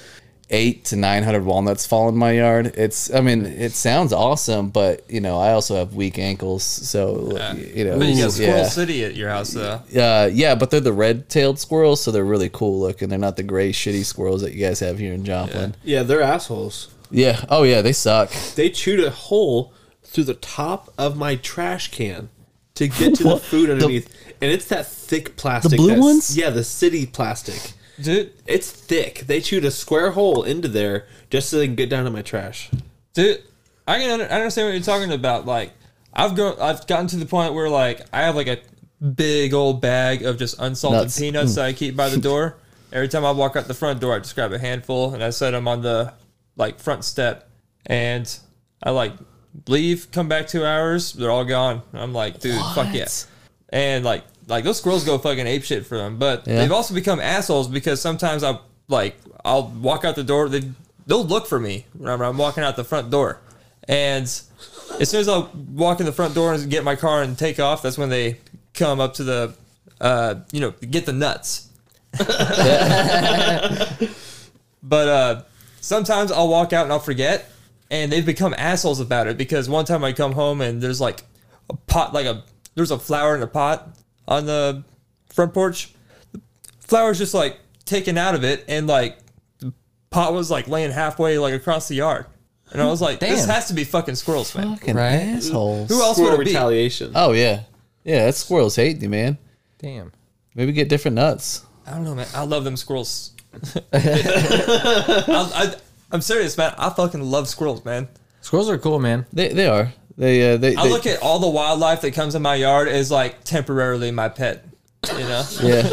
eight to nine hundred walnuts fall in my yard. It's I mean it sounds awesome, but you know I also have weak ankles, so you know but you ooh, got Squirrel yeah. City at your house, though. Uh, yeah, but they're the red-tailed squirrels, so they're really cool looking. They're not the gray shitty squirrels that you guys have here in Joplin. Yeah, they're assholes. Yeah. Oh yeah, they suck. They chewed a hole through the top of my trash can to get to the food underneath, and it's that thick plastic. blue that's- ones? Yeah, the city plastic. Dude, It's thick. They chewed a square hole into there just so they can get down to my trash. dude i can under, I understand what you're talking about like i've grown i've gotten to the point where like i have like a big old bag of just unsalted Nuts. peanuts that i keep by the door every time i walk out the front door i just grab a handful and i set them on the like front step and i like leave come back two hours they're all gone i'm like dude fuck yeah and like like those squirrels go fucking ape shit for them. But they've also become assholes because sometimes I like I'll walk out the door. They they'll look for me when I'm, I'm walking out the front door, and as soon as I walk in the front door and get in my car and take off, that's when they come up to the uh you know get the nuts. but uh sometimes I'll walk out and I'll forget. And they've become assholes about it because one time I come home and there's like a pot, like a there's a flower in a pot on the front porch. The flower's just like taken out of it, and like the pot was like laying halfway like across the yard. And I was like, this Damn. has to be fucking squirrels, man. Fucking Right? assholes. Who else Squirrel would it be? retaliation. Oh yeah, yeah. That squirrels hate you, man. Damn. Maybe get different nuts. I don't know, man. I love them squirrels. I, I, I'm serious, man. I fucking love squirrels, man. Squirrels are cool, man. They they are. They uh, they. I they- look at all the wildlife that comes in my yard as like temporarily my pet. You know? Yeah.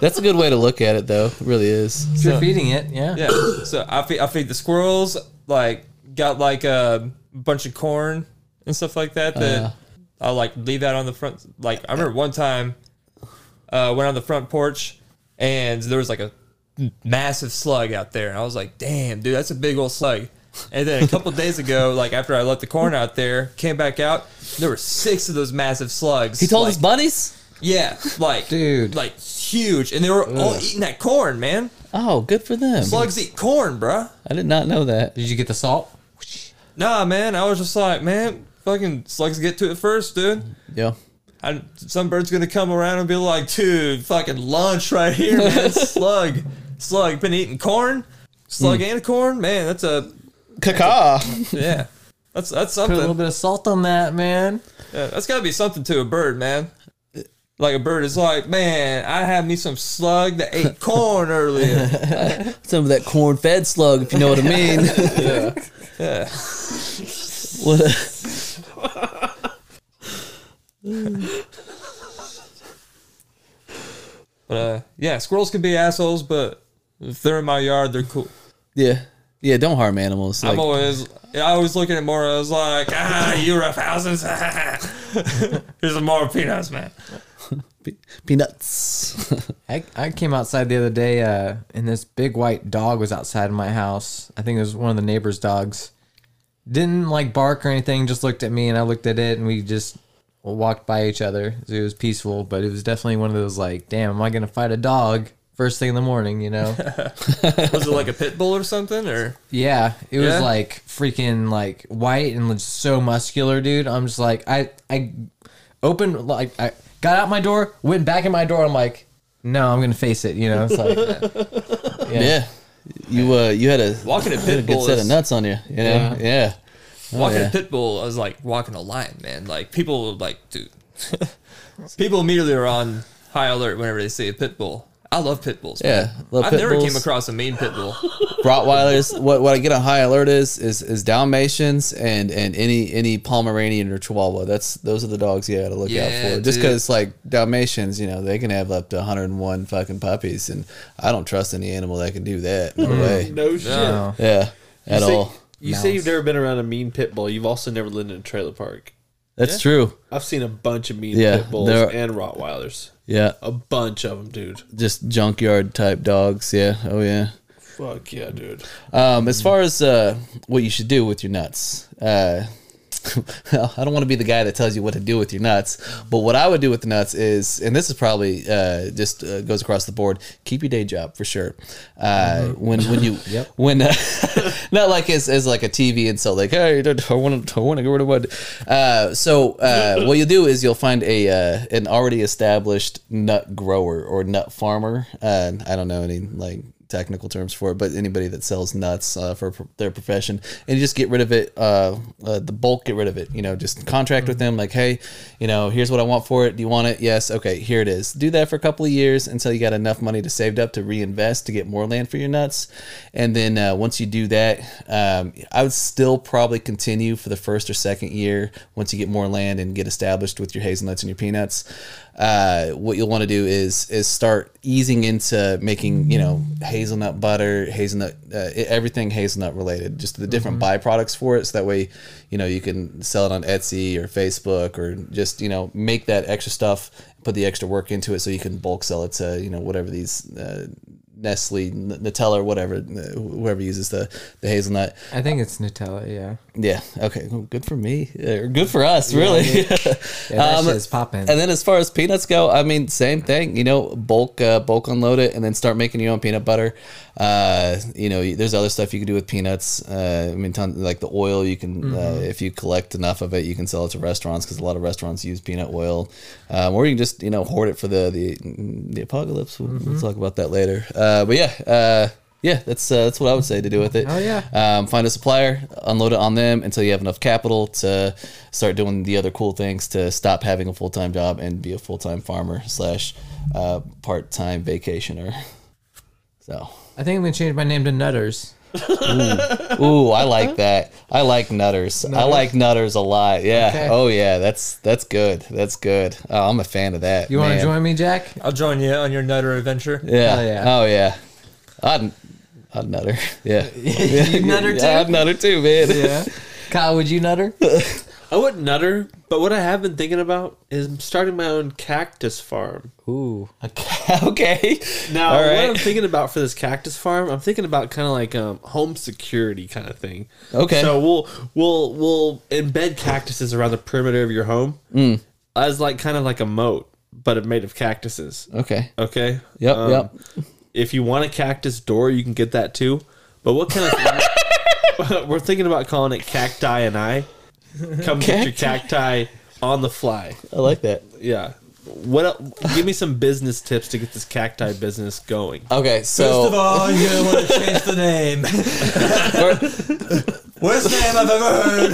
That's a good way to look at it, though. It really is. If you're feeding it, yeah. Yeah. So I feed I feed the squirrels. Like got like a bunch of corn and stuff like that. That Uh-huh. I like leave out on the front. Like I remember one time, uh, went on the front porch and there was like a massive slug out there, and I was like, "Damn, dude, that's a big old slug." And then a couple days ago, like after I left the corn out there, came back out, there were six of those massive slugs. He told like, his buddies. yeah, like Dude. like huge, and they were all eating that corn, man. Oh, good for them. Slugs eat corn, bruh. I did not know that. Did you get the salt? Nah, man, I was just like, man, fucking slugs get to it first, dude. Yeah. I, some bird's gonna come around and be like, dude, fucking lunch right here, man. Slug, slug, been eating corn, slug and corn, man. That's a Caca. yeah, that's that's Put a little something. bit of salt on that, man. Yeah, that's gotta be something to a bird, man. Like a bird is like, man, I had me some slug that ate corn earlier. Some of that corn fed slug, if you know what I mean. Yeah. what a, But uh, yeah, squirrels can be assholes, but if they're in my yard, they're cool. yeah. Yeah, don't harm animals. Like, I'm always, I always look at it more. I was like, ah, you're a thousand. Here's some more peanuts, man. pe- peanuts. I, I came outside the other day, uh, and this big white dog was outside of my house. I think it was one of the neighbor's dogs. Didn't like bark or anything. Just looked at me, and I looked at it, and we just walked by each other. It was peaceful, but it was definitely one of those like, damn, am I gonna fight a dog first thing in the morning? You know? Was it like a pit bull or something? Or yeah. It was Yeah? like freaking like white and just so muscular, dude. I'm just like, I I opened like I got out my door, went back in my door. I'm like, no, I'm gonna face it. You know? It's like. yeah. You uh you had a walking a pit good bull, set is- of nuts on you. You know? Yeah. walking yeah. a pit bull, I was like walking a lion, man. Like people, were like dude, people immediately are on high alert whenever they see a pit bull. I love pit bulls. Yeah, man. love I've pit never came bulls. across a mean pit bull. Rottweilers. What what I get on high alert is is is Dalmatians and and any any Pomeranian or Chihuahua. That's those are the dogs you got to look out Yeah, for. Just dude. because like Dalmatians, you know, they can have up to 101 fucking puppies, and I don't trust any animal that can do that. Mm-hmm. No way. No shit. No. Yeah, at You say- all. You say you've never been around a mean pit bull. You've also never lived in a trailer park. That's true. I've seen a bunch of mean Yeah, pit bulls there- and Rottweilers. Yeah, A bunch of them, dude. just junkyard type dogs. Yeah. Oh yeah. Fuck yeah, dude. Um, as far as uh, what you should do with your nuts, uh, I don't want to be the guy that tells you what to do with your nuts, but what I would do with the nuts is, and this is probably uh, just uh, goes across the board. Keep your day job for sure. Uh, When when you when uh, not like as, as like a TV insult, like hey, I want to I want to get rid of what. Uh, so uh, what you'll do is you'll find a uh, an already established nut grower or nut farmer. Uh, I don't know any like technical terms for it, but anybody that sells nuts uh, for pro- their profession, and you just get rid of it, uh, uh, the bulk, get rid of it. You know, just contract with them, like, hey, you know, here's what I want for it. Do you want it? Yes. Okay, here it is. Do that for a couple of years until you got enough money to saved up to reinvest to get more land for your nuts, and then uh, once you do that, um, I would still probably continue for the first or second year once you get more land and get established with your hazelnuts and your peanuts uh, what you'll want to do is is start easing into making you know hazelnut butter, hazelnut uh, e- everything hazelnut related, just the different byproducts for it. So that way, you know, you can sell it on Etsy or Facebook or just you know make that extra stuff, put the extra work into it, so you can bulk sell it to you know whatever these. Uh, Nestle, N- Nutella, or whatever, uh, whoever uses the, the hazelnut. I think it's Nutella, yeah. Yeah. Okay. Well, good for me. Or good for us, really. Yeah, that Um, shit is popping. And then as far as peanuts go, I mean, same thing. You know, bulk uh, bulk unload it, and then start making your own peanut butter. Uh, you know, there's other stuff you can do with peanuts. Uh, I mean, ton, like the oil, you can uh, if you collect enough of it, you can sell it to restaurants because a lot of restaurants use peanut oil, um, or you can just you know hoard it for the the, the apocalypse. We'll, we'll talk about that later. Uh, but yeah. Uh, yeah, that's uh, that's what I would say to do with it. Oh, yeah. Um, find a supplier, unload it on them until you have enough capital to start doing the other cool things to stop having a full time job and be a full time farmer slash uh, part time vacationer. So, I think I'm gonna change my name to Nutters. ooh, I like that. I like nutters. I like nutters a lot. Yeah. Okay. Oh yeah, that's that's good. That's good. Oh, I'm a fan of that. You wanna man. join me, Jack? I'll join you on your nutter adventure. Yeah. Hell yeah. Oh yeah. I'd, I'd nutter. Yeah. you nutter Yeah, I'd too? nutter too, man. Yeah. Kyle, would you nutter? I wouldn't nutter, but what I have been thinking about is starting my own cactus farm. Ooh. okay. Now, All what right. I'm thinking about for this cactus farm, I'm thinking about kind of like um, home security kind of thing. Okay. So we'll we'll we'll embed cactuses around the perimeter of your home Mm. as like kind of like a moat, but made of cactuses. Okay. Okay. Yep. Um, yep. If you want a cactus door, you can get that too. But what kind of we're thinking about calling it cacti and I. Come get your cacti on the fly. I like that. Yeah. What? el- Give me some business tips to get this cacti business going. Okay, First of so all, you're gonna want to change the name. Worst name I've ever heard.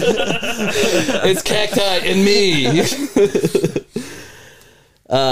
it's cacti and me. uh,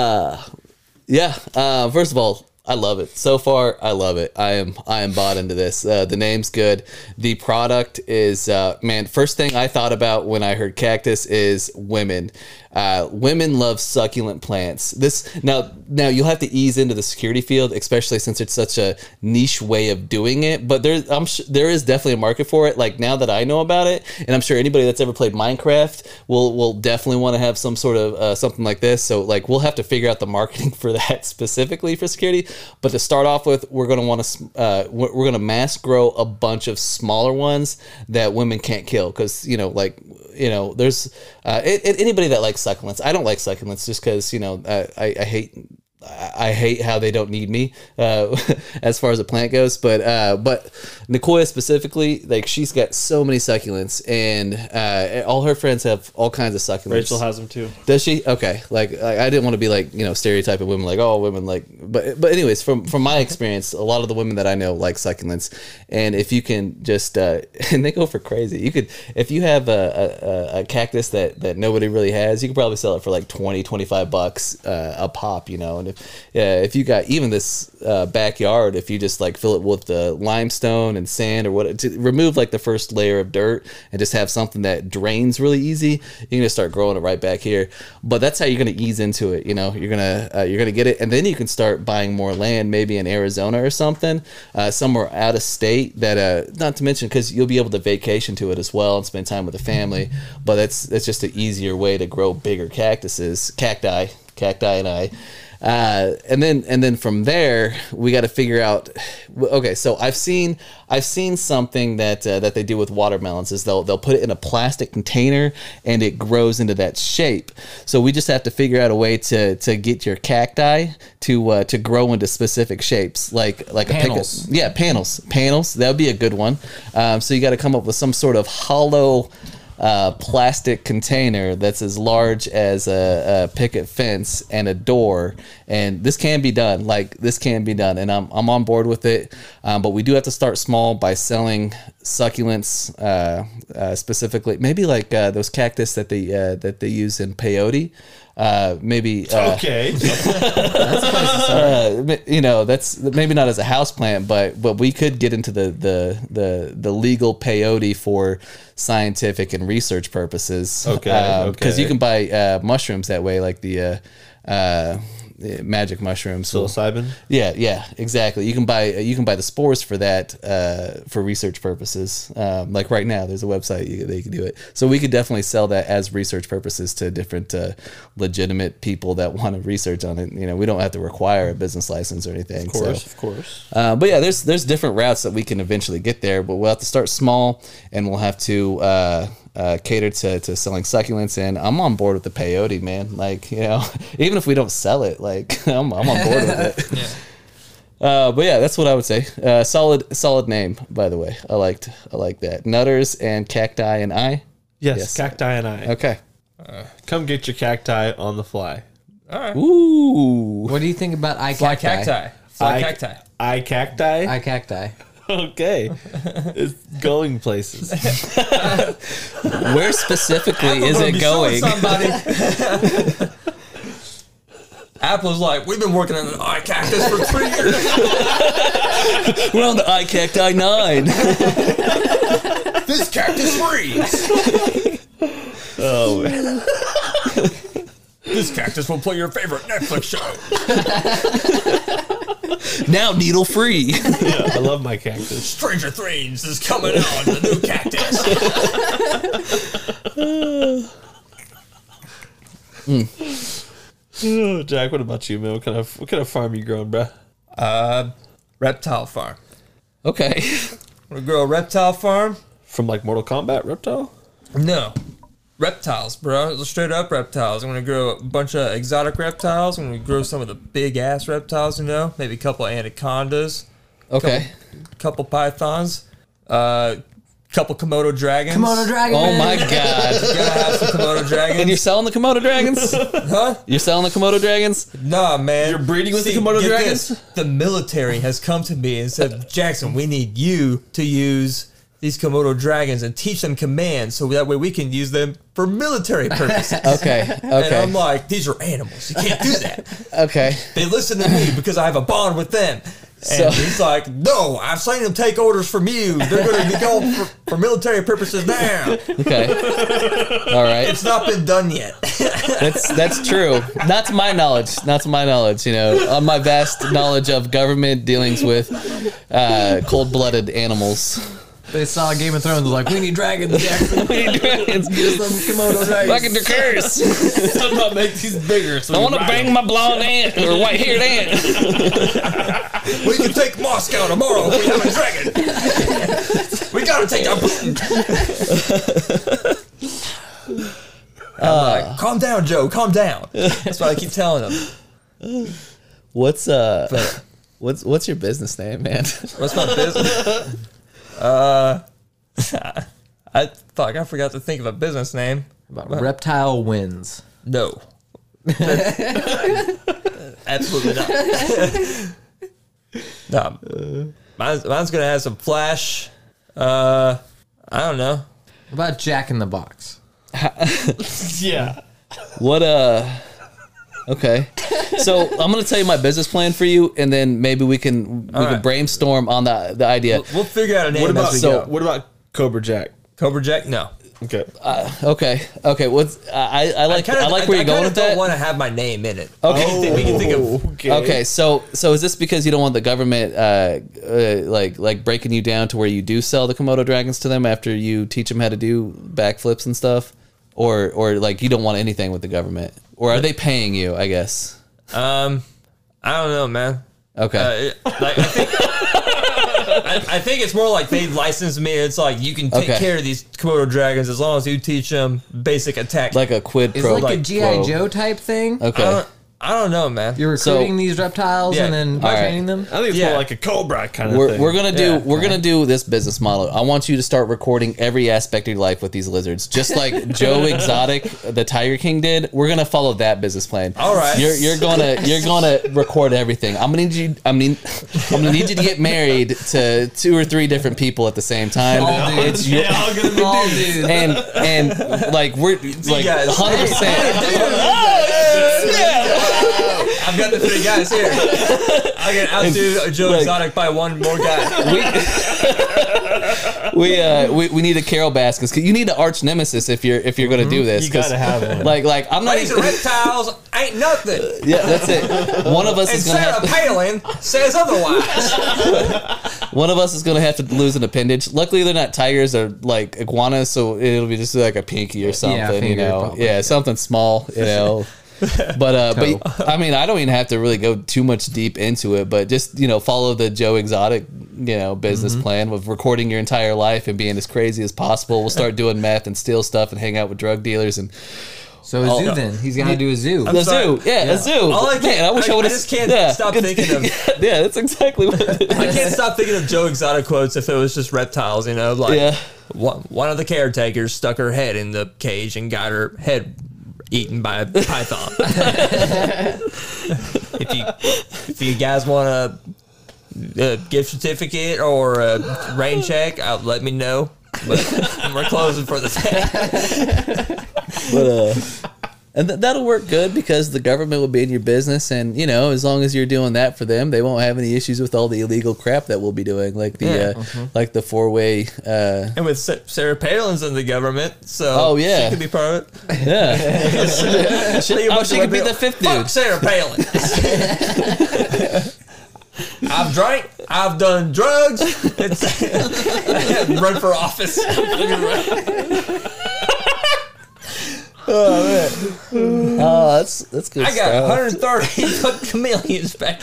yeah. Uh, first of all, I love it. So far, I love it. I am I am bought into this. Uh, the name's good. The product is uh, man. First thing I thought about when I heard cactus is women. Uh, women love succulent plants. This now now you'll have to ease into the security field, especially since it's such a niche way of doing it. But there, I'm sure there is definitely a market for it. Like now that I know about it, and I'm sure anybody that's ever played Minecraft will will definitely want to have some sort of uh, something like this. So like we'll have to figure out the marketing for that specifically for security. But to start off with, we're gonna want to uh, we're we're gonna mass grow a bunch of smaller ones that women can't kill because you know like you know there's uh, it, it- anybody that likes succulents. I don't like succulents just because you know uh, I I hate I I hate how they don't need me uh, as far as a plant goes, but uh, but Nicoya specifically, like she's got so many succulents, and uh, all her friends have all kinds of succulents. Rachel has them too. Does she? Okay. Like I, I didn't want to be like you know stereotyping women like oh women like but but anyways from from my experience a lot of the women that I know like succulents and if you can just uh, and they go for crazy you could if you have a, a, a cactus that that nobody really has you could probably sell it for like 20 25 bucks uh, a pop you know and if yeah if you got even this uh, backyard if you just like fill it with the limestone and sand or what to remove like the first layer of dirt and just have something that drains really easy you're gonna start growing it right back here but that's how you're gonna ease into it you know you're gonna uh, you're gonna get it and then you can start buying more land maybe in arizona or something uh, somewhere out of state that uh not to mention because you'll be able to vacation to it as well and spend time with the family but that's that's just an easier way to grow bigger cactuses cacti cacti and i uh, and then and then from there we got to figure out okay so i've seen i've seen something that uh, that they do with watermelons is they'll they'll put it in a plastic container and it grows into that shape so we just have to figure out a way to to get your cacti to uh, to grow into specific shapes like like Panels. a pickle yeah panels panels that would be a good one um, so you got to come up with some sort of hollow uh, plastic container that's as large as a, a picket fence and a door. And this can be done. Like this can be done, and I'm I'm on board with it. Um, but we do have to start small by selling succulents uh, uh, specifically. Maybe like uh, those cactus that they uh, that they use in peyote. Uh, maybe uh, Okay. uh, m- you know that's maybe not as a house plant but but we could get into the the the, the legal peyote for scientific and research purposes Okay, because you okay. can buy uh, mushrooms that way like the uh, uh, the magic mushrooms will- Psilocybin. yeah, yeah, exactly. You can buy you can buy the spores for that uh, for research purposes. Um, like right now, there's a website you, that you can do it. So we could definitely sell that as research purposes to different uh, legitimate people that want to research on it. You know, we don't have to require a business license or anything. Of course, of course. Uh, but yeah, there's there's different routes that we can eventually get there, but we'll have to start small, and we'll have to. Uh, uh, cater to, to selling succulents and I'm on board with the peyote man like you know even if we don't sell it like I'm, I'm on board with it uh, but yeah, that's what I would say. Uh, solid, solid name, by the way. I liked, I like that. Nutters and cacti and I. Yes, Yes. cacti and I. Okay. Come get your cacti on the fly. Ooh. What do you think about I Fly cacti? cacti. Fly I- cacti. I cacti. I cacti. okay. it's going places. Where specifically is it going? Somebody. Apple's like, we've been working on an eye cactus for three years. We're on the I cacti nine. this cactus frees. Oh, This cactus will play your favorite Netflix show. now needle free. yeah, I love my cactus. Stranger Things is coming on the new cactus. Oh, Jack, what about you, man? What kind of what kind of farm you growing, bruh? Uh, reptile farm. Okay. Wanna grow a reptile farm? From like Mortal Kombat, reptile. No. Reptiles, bro. Straight up reptiles. I'm gonna grow a bunch of exotic reptiles. I'm gonna grow some of the big ass reptiles, you know? Maybe a couple anacondas, Okay. couple pythons. Uh couple Komodo dragons. Komodo dragon. Oh man. my god. Gotta have some Komodo dragons. And you're selling the Komodo dragons? huh? You're selling the Komodo dragons? Nah, man. You're breeding with the Komodo dragons? The military has come to me and said, Jackson, we need you to use these Komodo dragons and teach them commands so that way we can use them for military purposes. Okay. And I'm Okay. like, these are animals. You can't do that. Okay. They listen to me because I have a bond with them. So- And he's like, no, I've seen them take orders from you. They're going to be going for, for military purposes now. Okay. All right. It's not been done yet. That's that's true. Not to my knowledge. Not to my knowledge. You know, on my vast knowledge of government dealings with uh, cold-blooded animals. They saw Game of Thrones. Like we need dragons. Jackson. We need dragons. Get us some Komodo dragons. Fucking curse. Somehow make these bigger. So I you want to ride bang my blonde aunt or white-haired aunt. We can take Moscow tomorrow if we have a dragon. we gotta take down Putin. I'm like, calm down, Joe. Calm down. That's what I keep telling him. What's uh? What's what's your business name, man? What's my business? Uh, I fuck. I forgot to think of a business name. Reptile wins. No, absolutely not. no, mine's, mine's gonna have some flash. Uh, I don't know. What about Jack in the Box? Yeah. What uh? Okay. So I'm gonna tell you my business plan for you, and then maybe we can we can right. brainstorm on the the idea. We'll figure out a name What about as we so- go. what about Cobra Jack? Cobra Jack? No. Okay. Okay. Okay. What's I I like I, Kinda- like where you're going kinda with don't that. want to have my name in it. Okay. Oh. I think we can think of Okay, so so is this because you don't want the government uh, uh, like like breaking you down to where you do sell the Komodo dragons to them after you teach them how to do backflips and stuff, or or like you don't want anything with the government, or are they paying you? I guess. um, I don't know, man. Uh, Okay. it- like, I, think, I, I think it's more like they license me. It's like you can take Okay. care of these Komodo dragons as long as you teach them basic attack. like a quid It's pro like, a like GI Joe type thing. I Okay. don't, I don't know, man. You're So- recruiting these reptiles Yeah. and then All right. training them. I think it's Yeah. more like a Cobra kind of We're, thing. we're gonna do we're gonna do this business model. I want you to start recording every aspect of your life with these lizards, just like Joe Exotic, the Tiger King did. We're gonna follow that business plan. All right. you're, you're gonna you're gonna record everything. I'm gonna need you. I mean, I'm gonna need you to get married to two or three different people at the same time. It's your, all gonna be Oh, dudes. dude. and and like we're like guys. 100. percent I've got the three guys here. I can outdo Joe Exotic by one more guy. we we, uh, we we need a Carol Baskins. 'Cause You need an arch nemesis if you're if you're gonna do this. You 'cause, gotta have one. Like like I'm not These even. reptiles ain't nothing. Yeah, that's it. One of us And is gonna Sarah have to, Palin says otherwise. one of us is gonna have to lose an appendage. Luckily, they're not tigers; they're like iguanas, so it'll be just like a pinky or something, you finger know. probably, yeah, something small, you know. but uh, but I mean, I don't even have to really go too much deep into it, but just you know, follow the Joe Exotic, you know, business Mm-hmm. plan of recording your entire life and being as crazy as possible. We'll start doing meth and steal stuff and hang out with drug dealers and So a zoo then. He's gonna do a zoo. the sorry. zoo. Yeah, a zoo. All I can- Man, I wish I, I- I would have. just can't stop thinking of- yeah, that's exactly what. I can't stop thinking of Joe Exotic quotes if it was just reptiles, you know, like Yeah. one, one of the caretakers stuck her head in the cage and got her head eaten by a python. if you if you guys want a, a gift certificate or a rain check, uh, let me know. But we're closing for the day. but uh and th- that'll work good because the government will be in your business and you know as long as you're doing that for them they won't have any issues with all the illegal crap that we'll be doing like the Yeah. uh, like the four-way uh And with Sa- Sarah Palin's in the government, so Oh, yeah. she could be part of it. yeah Think oh about she could be reptile- the fifth dude Fuck Sarah Palin. I've drank. I've done drugs. It's run for office. oh that's that's good I got 130 fucking chameleons back.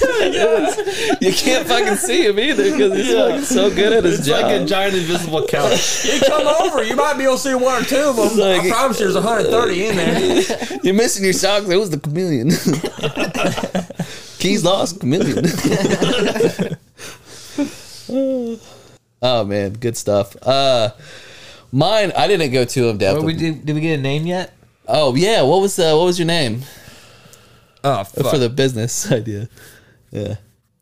you can't fucking see him either because he's fucking so good at his It's job like a giant invisible couch. You come over, you might be able to see one or two of them. like- I promise you there's 130 in there. you're missing your socks it was the chameleon Keys lost million. oh man, good stuff. Uh, mine. I didn't go to him, But Dev. we did, did we get a name yet? oh yeah, what was uh, what was your name Oh, fuck. for the business idea? Yeah,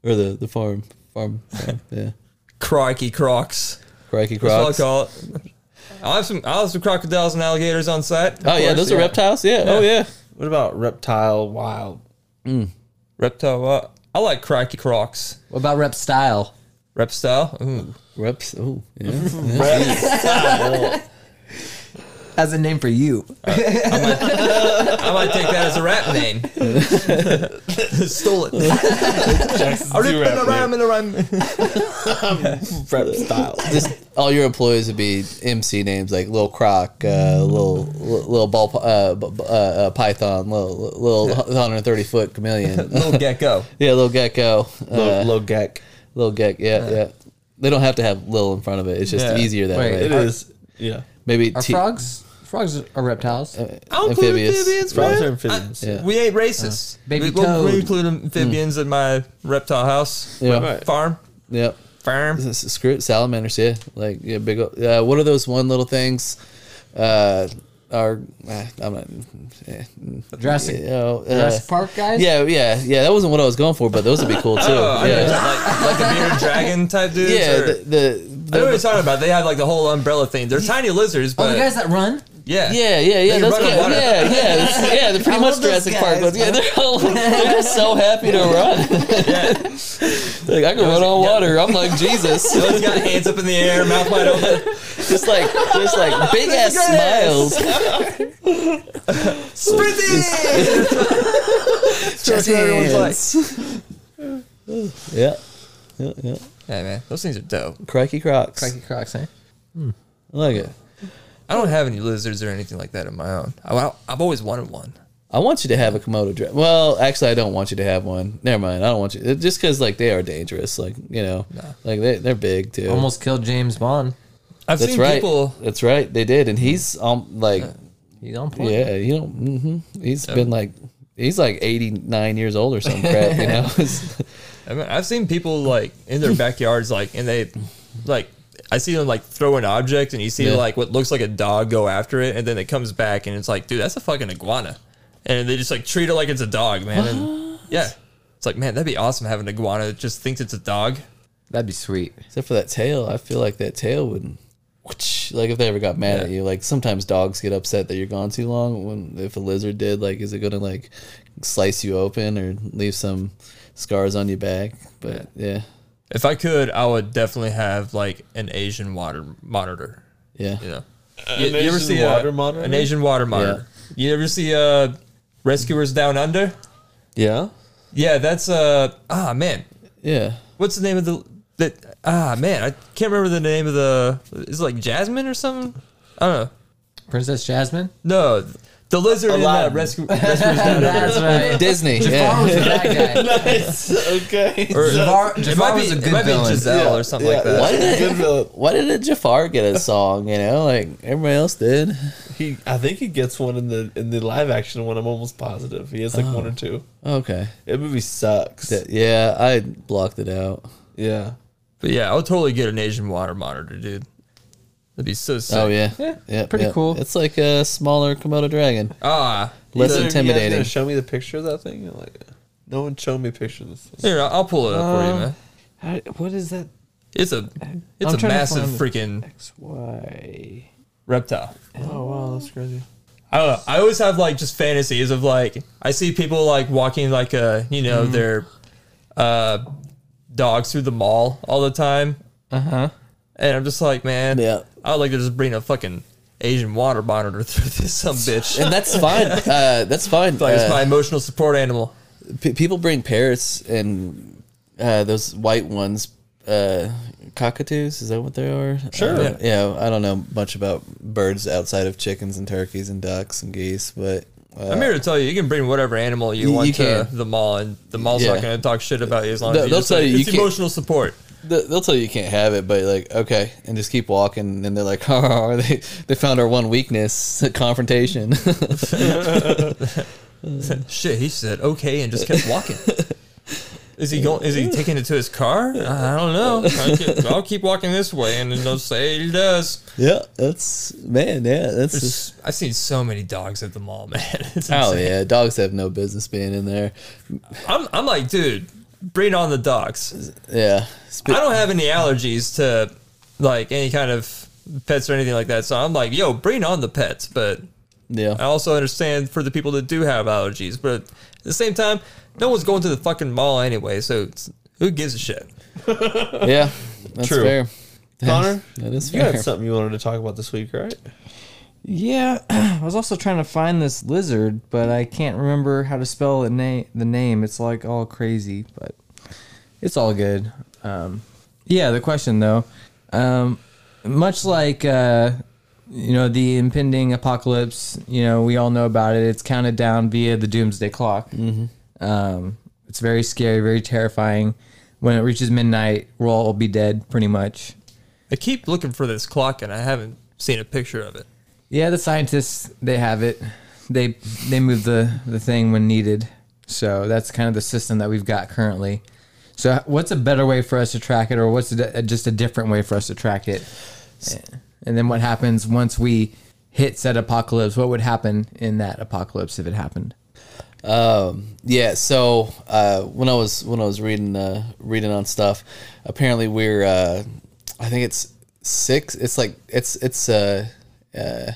or the the farm farm. farm. Yeah, crikey crocs. crikey That's what I crocs. Oh call it. I'll have some. I'll have some crocodiles and alligators on site. Of Oh, yeah, course, those are reptiles. Yeah. Oh yeah. What about reptile wild? Reptile. Uh, I like crikey crocs. What about rep style? Reptile. Ooh. Reps. Oh yeah. As a name for you. I might take that as a rap name. Stole it. I ripped in a rhyme in a rhyme. just all your employees would be MC names like Lil Croc, uh, Lil Lil Ball, uh, b- b- uh, uh, Python, Lil Lil 130 foot chameleon, Little gecko. yeah, Lil Gecko, uh, low gek. Lil Gecko, yeah, yeah. They don't have to have Lil in front of it. It's just Yeah. easier that Wait, way. It is. Yeah. Maybe Are T- frogs? Frogs are reptiles. I don't include amphibians, Frogs are man. amphibians. Yeah. We ain't Uh, racist. Baby we, we'll- we toad. include amphibians in my reptile house. Mm. Yeah, Right. Farm. yeah. Farm. S- Screw it, salamanders. Yeah, like yeah, big. ol- Uh, what are those one little things? Uh, are uh, I'm not. eh, Jurassic, you know, uh, Jurassic Park guys? Yeah, yeah, yeah. That wasn't what I was going for, but those would be cool too. Oh, I know, yeah. like, like the bearded dragon type dudes. Yeah, or- the, the, I know what the- you're talking about. They have like the whole umbrella thing. They're tiny lizards, Oh, but the guys that run? yeah, yeah, yeah, yeah. They That's run good. on water. Yeah, yeah, it's- yeah. They're pretty I much love those Jurassic Park, guys, but yeah, man. they're, all, they're just so happy to run. like I can run on water. I'm like Jesus, Those got hands up in the air, mouth wide open. just like just like big ass Yes. smiles. Sprinting! That's what everyone's like. Yeah, yeah, yeah. Yeah, man, those things are dope. Crikey Crocs. Crikey Crocs, eh? I like it. I don't have any lizards or anything like that of my own. I, I, have always wanted one. I want you to have a Komodo dragon. Well, actually, I don't want you to have one. Never mind. I don't want you just because like they are dangerous. Like you know, like they, they're big too. Almost killed James Bond. I've That's seen right. people. That's right. They did, and he's um like He's on point. yeah, you know, mm-hmm. he's been like he's like eighty nine years old or some crap. You know, It's- I mean, I've seen people like in their backyards, like, and they, like, I see them like throw an object, and you see Yeah. like what looks like a dog go after it, and then it comes back, and it's like, dude, that's a fucking iguana, and they just like treat it like it's a dog, man. And, yeah, it's like, man, that'd be awesome having an iguana that just thinks it's a dog. That'd be sweet. except for that tail, I feel like that tail would. whoosh, Like if they ever got mad at you, like sometimes dogs get upset that you're gone too long. When if a lizard did, like, is it gonna like slice you open or leave some scars on your back? But yeah, If I could, I would definitely have like an Asian water monitor. yeah, You yeah. know, An Asian water a, monitor? An Asian water monitor. You ever see uh, Rescuers Down Under? Yeah. Yeah, that's uh ah man, what's the name of the that ah man, I can't remember the name of the is it like Jasmine or something? I don't Princess Jasmine? know. No, the lizard in that Aladdin. rescue rescuers down under. That's right. Disney. Jafar Yeah. was a bad guy. okay. Or- Jafar- it Jafar might be, was a it good might be villain. Giselle or something like that. Why did it, why did it Jafar get a song? You know, like everybody else did. He, I think he gets one in the in the live action one. I'm almost positive he has like one or two. Okay. That movie sucks. Th- Yeah, I blocked it out. Yeah. But yeah, I would totally get an Asian water monitor, dude. That'd be so sick. Oh yeah, Yeah, Yep, pretty yep. cool. It's like a smaller Komodo dragon. Ah, Less Either of you guys intimidating. gonna show me the picture of that thing. I'm like, no one showed me pictures. of this. here I'll pull it up for you, man. How- What is that? It's a it's Uh, I'm a trying to massive find it. freaking Why? reptile. Oh wow, that's crazy. I don't know. I always have like just fantasies of like I see people like walking like uh you know their uh dogs through the mall all the time. Uh huh. And I'm just like, man, Yeah. I would like to just bring a fucking Asian water monitor through this some bitch. And that's fine. Uh, that's fine. like it's Uh, my emotional support animal. pe- people bring parrots and uh, those white ones, uh, cockatoos. Is that what they are? Sure. yeah. I don't know much about birds outside of chickens and turkeys and ducks and geese, but uh, I'm here to tell you, you can bring whatever animal you You- want you to can. the mall, and the mall's Yeah. not going to talk shit about you as long They'll- as you they'll just tell say, you, you it's can't- emotional support. Th- They'll tell you you can't have it, but like okay, and just keep walking. And then they're like, oh, they they found our one weakness: confrontation. Shit, he said okay and just kept walking. Is he going? Is he taking it to his car? I don't know. I ke- I'll keep walking this way, and then they'll say he does. Yeah, that's man. Yeah, that's just, There's- I've seen so many dogs at the mall, man. It's oh insane. yeah. Dogs have no business being in there. I'm, I'm like, dude, bring on the dogs. Yeah, Spe- I don't have any allergies to like any kind of pets or anything like that. So I'm like, yo, bring on the pets. But I yeah. also understand for the people that do have allergies. But at the same time, no one's going to the fucking mall anyway. So it's, who gives a shit? Yeah, that's True. fair. Connor, That is you had fair. something you wanted to talk about this week, right? Yeah, I was also trying to find this lizard, but I can't remember how to spell the name. The name it's like all crazy, but it's all good. Um, yeah, the question though, um, much like uh, you know the impending apocalypse, you know we all know about it. It's counted down via the doomsday clock. Um, it's very scary, very terrifying. When it reaches midnight, we'll all be dead, pretty much. I keep looking for this clock, and I haven't seen a picture of it. Yeah, the scientists they have it. They they move the the thing when needed. So that's kind of the system that we've got currently. So what's a better way for us to track it, or what's a, di- just a different way for us to track it? Eh, And then what happens once we hit said apocalypse? What would happen in that apocalypse if it happened? Um, Yeah. So uh, when I was when I was reading uh, reading on stuff, apparently we're uh, I think it's six. It's like it's it's uh, uh,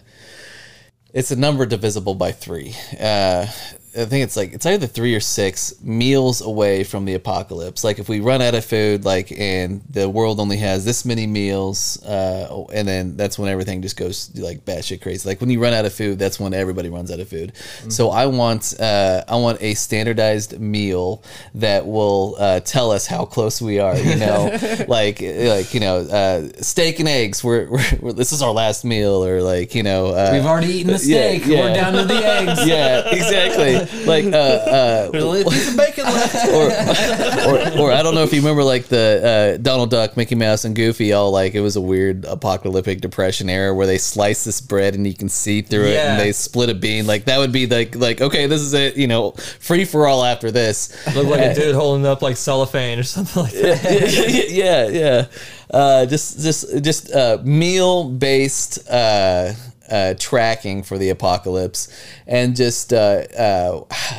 it's a number divisible by three. Uh, I think it's like it's either three or six meals away from the apocalypse. Like if we run out of food, like and the world only has this many meals, uh, and then that's when everything just goes like batshit crazy. Like when you run out of food, that's when everybody runs out of food. So I want uh, I want a standardized meal that will uh, tell us how close we are. You know, like like you know uh, steak and eggs. We're, we're, we're this is our last meal, or like you know uh, We've already eaten the yeah, steak. yeah. We're down to the eggs. yeah, exactly. Like, uh, uh, there's only some bacon left. or, or, or I don't know if you remember, like the uh, Donald Duck, Mickey Mouse, and Goofy. All like it was a weird apocalyptic depression era where they slice this bread and you can see through it, Yeah. and they split a bean. Like that would be like like okay, this is it. You know, free for all after this. Looked like a dude holding up like cellophane or something like that. yeah, yeah. Uh, just, just, just uh, meal based uh, uh, tracking for the apocalypse, and just uh, uh,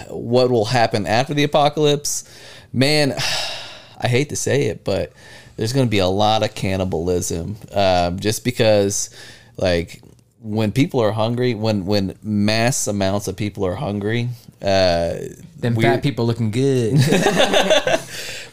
what will happen after the apocalypse. Man, I hate to say it, but there's going to be a lot of cannibalism, um, just because, like, when people are hungry, when when mass amounts of people are hungry. Uh, Them Weird. fat people looking good.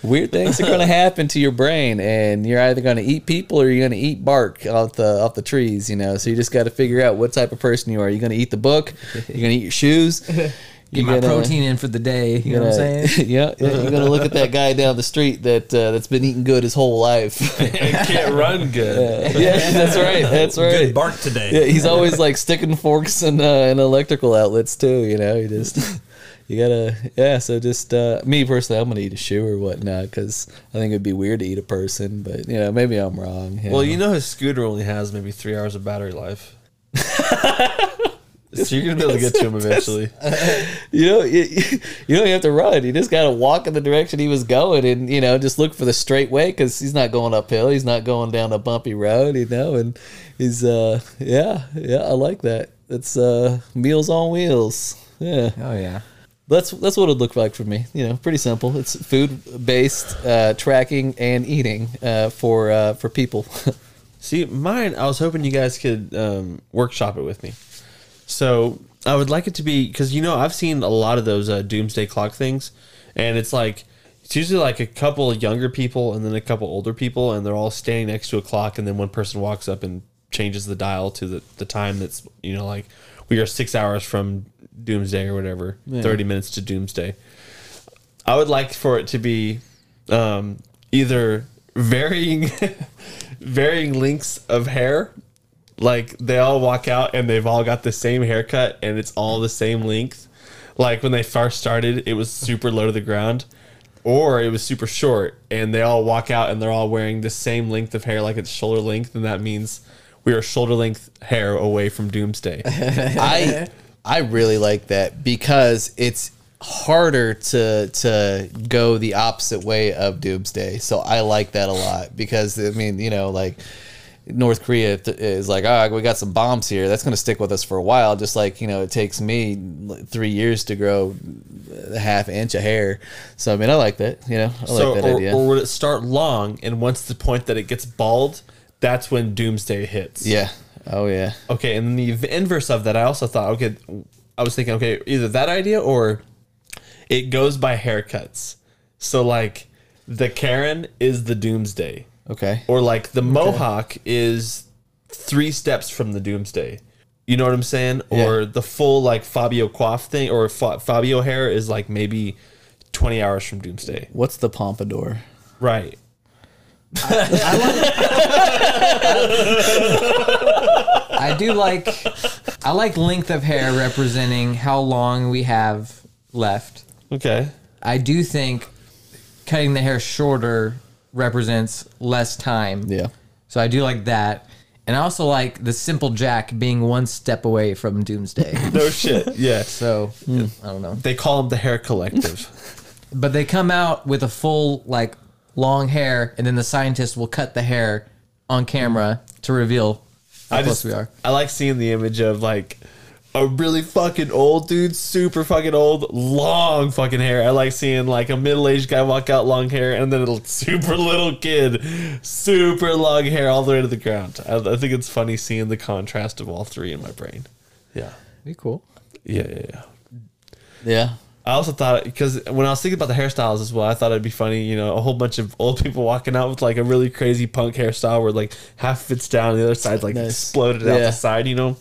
weird things are going to happen to your brain, and you're either going to eat people or you're going to eat bark off the off the trees. You know, so you just got to figure out what type of person you are. You're going to eat the book. You're going to eat your shoes. Get You're my gonna- protein in for the day. You know what I'm gonna- saying? yeah, yeah, you're gonna look at that guy down the street that uh, that's been eating good his whole life. and can't run good. yeah, that's right. That's right. Good bark Yeah, today. he's always like sticking forks in, uh, in electrical outlets too. You know, you just you gotta yeah. So just uh, me personally, I'm gonna eat a shoe or whatnot because I think it'd be weird to eat a person. But you know, maybe I'm wrong. Well, you know his scooter only has maybe three hours of battery life. so you're gonna be able to get to him eventually. you know, you, you don't even have to run. You just gotta walk in the direction he was going, and you know, just look for the straight way because he's not going uphill. He's not going down a bumpy road. You know, and he's uh yeah yeah. I like that. It's uh meals on wheels. Yeah. Oh yeah. that's that's what it looked like for me. You know, pretty simple. It's food based uh, tracking and eating uh, for uh, for people. See, mine, I was hoping you guys could um, workshop it with me. So I would like it to be because you know I've seen a lot of those uh, doomsday clock things, and it's like it's usually like a couple of younger people and then a couple older people, and they're all standing next to a clock, and then one person walks up and changes the dial to the, the time that's you know like we are six hours from doomsday or whatever, thirty minutes to doomsday. I would like for it to be um, either varying varying lengths of hair like they all walk out and they've all got the same haircut and it's all the same length. Like when they first started, it was super low to the ground, or it was super short, and they all walk out and they're all wearing the same length of hair, like it's shoulder length, and that means we are shoulder length hair away from doomsday. I I really like that because it's harder to to go the opposite way of doomsday. So I like that a lot because I mean, you know, like North Korea th- is like, oh, we got some bombs here. That's going to stick with us for a while. Just like you know, it takes me l- three years to grow a half inch of hair. So I mean, I like that. You know, I So, like that or, idea. or would it start long and once the point that it gets bald, that's when doomsday hits? yeah. Oh yeah. Okay, and the v- inverse of that, I also thought, okay, I was thinking, okay, either that idea or it goes by haircuts. So like the Karen is the doomsday, Okay. or like the Mohawk is three steps from the doomsday. You know what I'm saying? Or the full like Fabio coif thing, or fa- Fabio hair is like maybe 20 hours from doomsday. What's the pompadour? Right. I do like I like length of hair representing how long we have left. Okay. I do think cutting the hair shorter represents less time. Yeah. So I do like that. And I also like the simple jack being one step away from doomsday. No shit. Yeah. so Hmm. I don't know. They call him the hair collective. But they come out with a full like long hair and then the scientists will cut the hair on camera to reveal how I close just- we are. I like seeing the image of like a really fucking old dude, super fucking old, long fucking hair. I like seeing like a middle aged guy walk out long hair, and then a super little kid, super long hair all the way to the ground. I, I think it's funny seeing the contrast of all three in my brain. Yeah, Be cool. yeah, yeah. yeah. Yeah. I also thought because when I was thinking about the hairstyles as well, I thought it'd be funny, you know, a whole bunch of old people walking out with like a really crazy punk hairstyle where like half fits down, and the other side's like Nice. exploded out Yeah. the side, you know.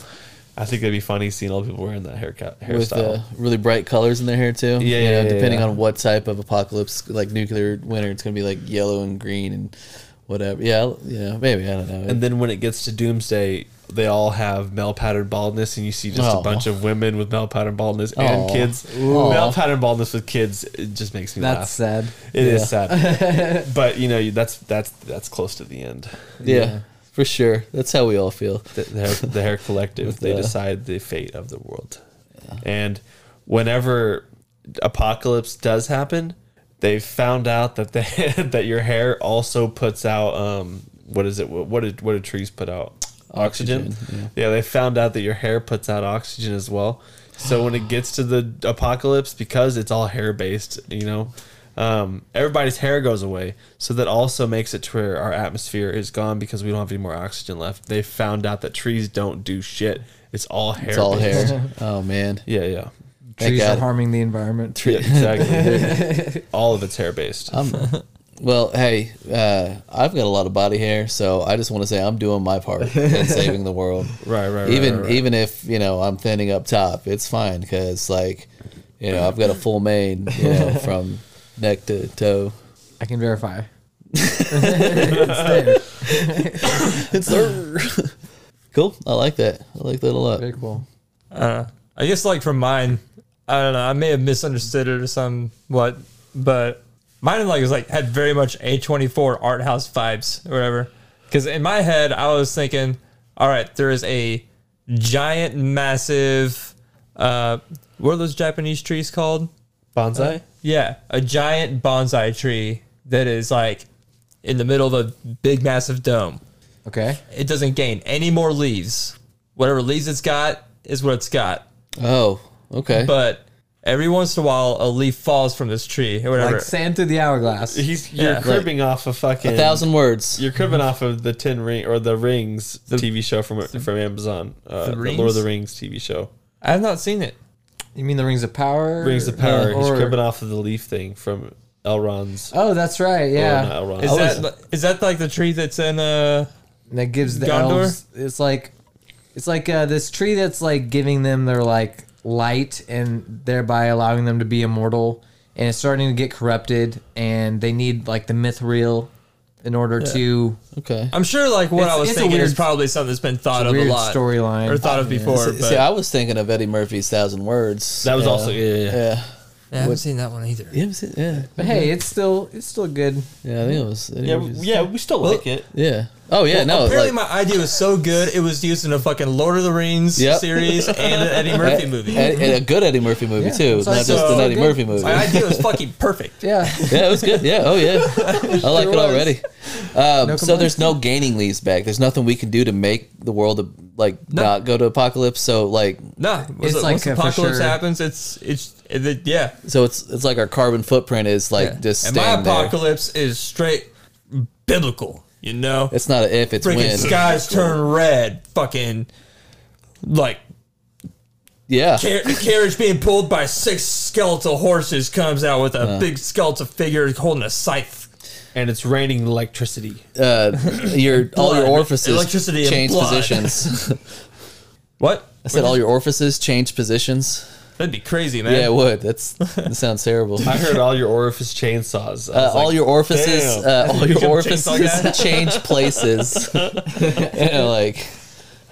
I think it'd be funny seeing old people wearing that haircut hairstyle. With uh, really bright colors in their hair too. Yeah, You yeah, know, yeah, Depending yeah. on what type of apocalypse, like nuclear winter, it's gonna be like yellow and green and whatever. Yeah, yeah, maybe I don't know. and then when it gets to doomsday, they all have male pattern baldness, and you see just Oh. a bunch of women with male pattern baldness and Oh. kids. Ooh. Male pattern baldness with kids it just makes me That's laugh. sad. It is sad, but you know you- that's that's that's close to the end. yeah, for sure. That's how we all feel. the, the, hair, the hair collective they the- decide the fate of the world and whenever apocalypse does happen they found out that they, that your hair also puts out um what is it what, what did what do trees put out oxygen, yeah. they found out that your hair puts out oxygen as well so when it gets to the apocalypse because it's all hair based you know um, everybody's hair goes away. So that also makes it to where our atmosphere is gone because we don't have any more oxygen left. They found out that trees don't do shit. It's all hair. It's all based. hair. Oh man, Yeah, yeah. Thank Trees God. are harming the environment. Yeah, exactly. all of it's hair based. Um, Well, hey, uh, I've got a lot of body hair, so I just want to say I'm doing my part in saving the world. Right, right, right, Even right, right. even if you know I'm thinning up top, it's fine because like you know I've got a full mane, you know, from neck to toe. I can verify. it's It's there. cool. I like that. I like that a lot. there. Very cool. Uh, I guess like from mine, I don't know. I may have misunderstood it or somewhat, but mine like was like had very much a twenty four art house vibes or whatever. Because in my head, I was thinking, all right, there is a giant, massive. Uh, what are those Japanese trees called? Bonsai? Uh, Yeah, a giant bonsai tree that is like in the middle of a big, massive dome Okay. it doesn't gain any more leaves. Whatever leaves it's got is what it's got. Oh, okay. But every once in a while, a leaf falls from this tree or whatever. Like sand through the hourglass. He's you're Yeah. cribbing off a fucking e a thousand words. You're cribbing off of the Tin Ring or the Rings TV show from from Amazon. Uh, the, Lord of Rings? the Rings TV show. I have not seen it. You mean the rings of power? Rings of Power. He's Or- cribbing off of the leaf thing from Elrond's. Oh, that's right. Or not Yeah. Elrond. Is I was- that is that like the tree that's in uh That gives the Gondor? elves. It's like, it's like uh, this tree that's like giving them their like light and thereby allowing them to be immortal. And it's starting to get corrupted, and they need like the mithril in order to Okay. I'm sure like what It's- I was it's a thinking is weird- probably something that's been thought of a weird lot storyline. or thought of before. See, but see, I was thinking of Eddie Murphy's thousand words. That was Yeah. also yeah, yeah, yeah. Yeah. I haven't seen that one either. Yeah, it was, yeah, But hey, it's still it's still good. yeah. I think it was. I think Yeah, it we- was- yeah, we still like it. yeah. Oh yeah, no. Apparently, my like- idea was so good it was used in a fucking Lord of the Rings Yep. series and an Eddie Murphy movie. And, and a good Eddie Murphy movie too, So- not just so- an Eddie Murphy movie. My idea was fucking perfect. Yeah. yeah, it was good. Yeah, oh yeah, I like it already. Um, so complaints. there's no gaining leaves back. There's nothing we can do to make the world like not go to apocalypse. So like, Nah, it's It's like like once a for apocalypse sure- happens, it's it's it, yeah. so it's it's like our carbon footprint is like yeah. just and my staying there. apocalypse is straight biblical. You know, It's not a if, it's freaking when. skies turn red. Fucking like Yeah, car- a carriage being pulled by six skeletal horses comes out with a big skeletal figure holding a scythe. and it's raining electricity. uh, your all your Blood. orifices Electricity and change blood. positions. What? I said all your orifices change positions. That'd be crazy, man. Yeah, it would. That's that sounds terrible. I heard all your orifice chainsaws. I Uh, was all like, your orifices, uh, all your Become orifices chainsaw guy? change places. You know, like,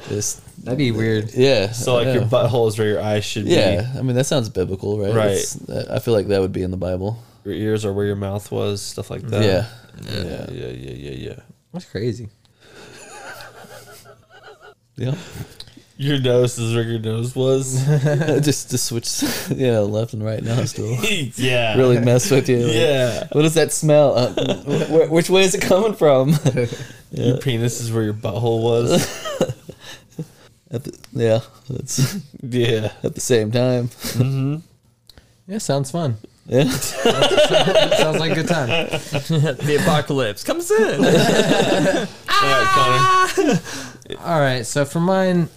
just That'd be weird. yeah. so like yeah. your butthole is where your eyes should yeah. I mean, that sounds biblical, right? Right. It's- uh, I feel like that would be in the Bible. be. Your ears are where your mouth was. Stuff like Uh-huh. that. yeah. Yeah. Yeah. Yeah. Yeah. yeah. That's crazy. Yeah. Your nose is where your nose was. just to switch, yeah, left and right nostril. yeah. really mess with you. like, Yeah. What does that smell? Uh, wh- which way is it coming from? Your penis is where your butthole was. At the, yeah, that's yeah. at the same time. Yeah, sounds fun. Yeah. sounds like a good time. the apocalypse comes in. All right, Connor. All right, so for mine,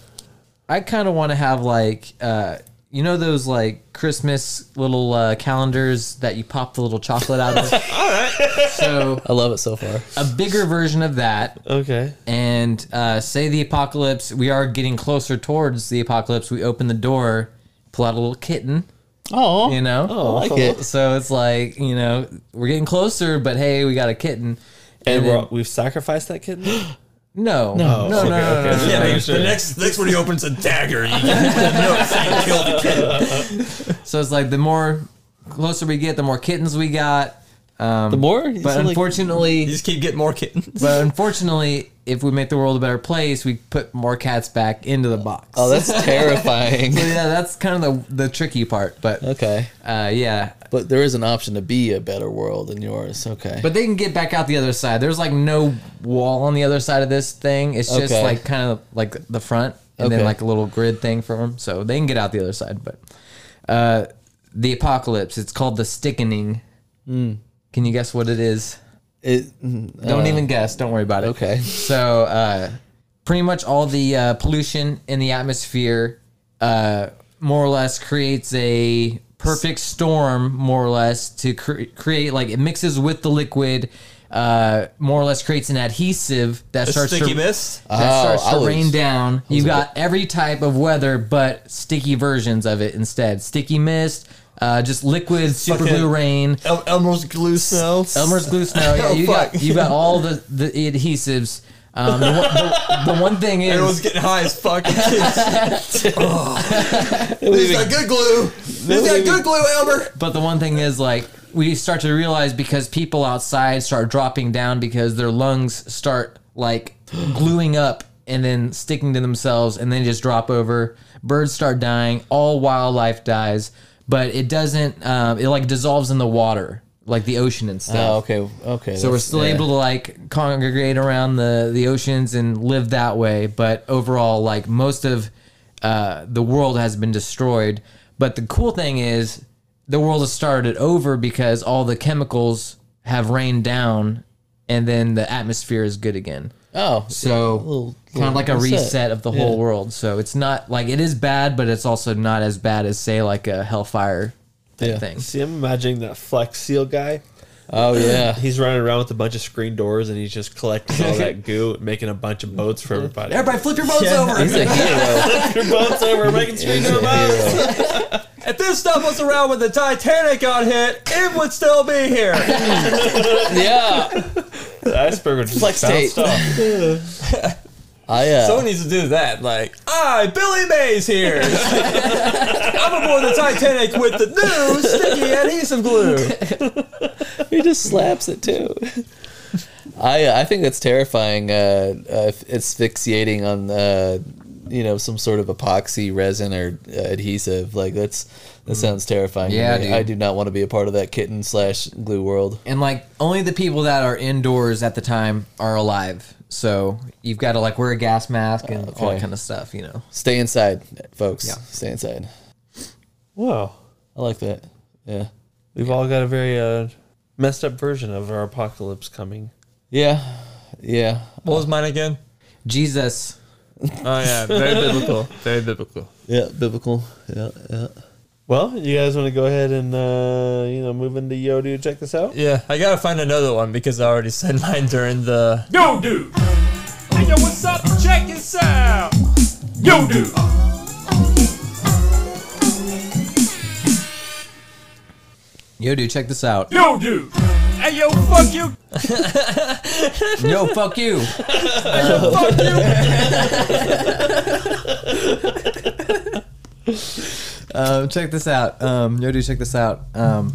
I kind of want to have like, uh, you know, those like Christmas little uh, calendars that you pop the little chocolate out of. All right. So I love it so far. a bigger version of that, Okay. and uh, say the apocalypse. We are getting closer towards the apocalypse. We open the door, pull out a little kitten. Oh, You know. I like it. So it's like you know we're getting closer, but hey, we got a kitten. And, And we're, then- we've sacrificed that kitten. No, no, no, okay, no, no, okay. no, no, yeah, no. but the next next one he opens a dagger. You get the note saying kill the kid. So it's like the more closer we get, the more kittens we got. Um, The more, you but sound like- unfortunately, You just keep getting more kittens. but unfortunately, if we make the world a better place, we put more cats back into the box. oh, that's terrifying. So yeah, that's kind of the the tricky part. But okay, uh, yeah, but there is an option to be a better world than yours. Okay, but they can get back out the other side. There's like no wall on the other side of this thing. It's just Okay. like kind of like the front, and then Okay. like a little grid thing for them, so they can get out the other side. But uh, the apocalypse. It's called the stickening. Hmm. Can you guess what it is? it, mm, Don't uh, even guess. Don't worry about it. Okay, So, uh, pretty much all the uh, pollution in the atmosphere, uh, more or less, creates a perfect storm, more or less, to cre- create like it mixes with the liquid. Uh, more or less creates an adhesive that A starts sticky to Uh, mist. that Oh, starts I to was- rain down. You've got every type of weather, but sticky versions of it instead. Sticky mist, uh, just liquid, super Fucking- glue rain, El- Elmer's glue snow. Elmer's glue snow. Yeah, Oh, you got fuck. you got all the the adhesives. Um, the, one, the, the one thing Everyone's is, getting high as fuck. oh. He's got good glue. He's got good glue, Elmer. but the one thing is like we start to realize because people outside start dropping down because their lungs start like gluing up and then sticking to themselves and then just drop over. Birds start dying. All wildlife dies, but it doesn't. Um, it like dissolves in the water, like the ocean and stuff. oh, okay, okay. So we're still able to like congregate around the the oceans and live that way, but overall, like most of uh, the world has been destroyed. But the cool thing is, the world has started over because all the chemicals have rained down, and then the atmosphere is good again. Oh, So little- kind little of like a reset. reset of the whole world. So it's not like it is bad, but it's also not as bad as say like a hellfire type Yeah. thing. See, I'm imagining that Flex Seal guy. oh yeah. He's running around with a bunch of screen doors, and he's just collecting all that goo, and making a bunch of boats for everybody. Everybody, flip your boats over. He's a hero. Your boats over, making screen He's a door boats. hero. If this stuff was around when the Titanic got hit, it would still be here. Yeah, The iceberg would just Flex bounced tape. off. I uh, Someone needs to do that. Like, ah, Billy Mays here. I'm on board the Titanic with the new sticky adhesive glue. he just slaps it too. I uh, I think that's terrifying. Uh, uh, asphyxiating on uh, you know some sort of epoxy resin or uh, adhesive like that's that sounds terrifying. to Yeah, me. dude. I do not want to be a part of that kitten slash glue world. and like only the people that are indoors at the time are alive. So you've got to like wear a gas mask and all that Okay. kind of stuff, you know. Stay inside, folks. Yeah. Stay inside. Wow. I like that. Yeah. We've all got a very uh, messed up version of our apocalypse coming. Yeah. Yeah. What was mine again? Jesus, Oh yeah, very biblical. Very biblical. Yeah. Biblical. Yeah. Yeah. Well, you guys want to go ahead and uh, you know move into Yo dude, check this out. Yeah, I gotta find another one because I already said mine during the. Yo, dude. Hey, yo, what's up? Check this out. Yo, dude. yo, dude, check this out. Yo, dude. Hey, yo, fuck you. Yo, fuck you. um, check this out. Um, yo, dude, check this out. Um,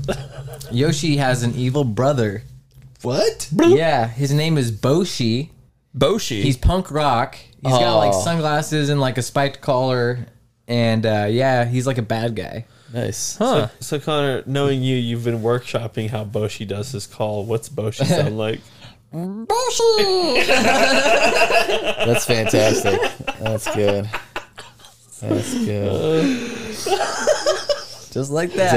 Yoshi has an evil brother. What? Yeah, his name is Boshi. Oh. Boshi. He's punk rock. He's got like Aw. sunglasses and like a spiked collar, and uh, yeah, he's like a bad guy. Nice. huh. So Connor, knowing you, you've been workshopping how Boshi does his call. What's Boshi sound like? That's fantastic. That's good. That's good. Just like that.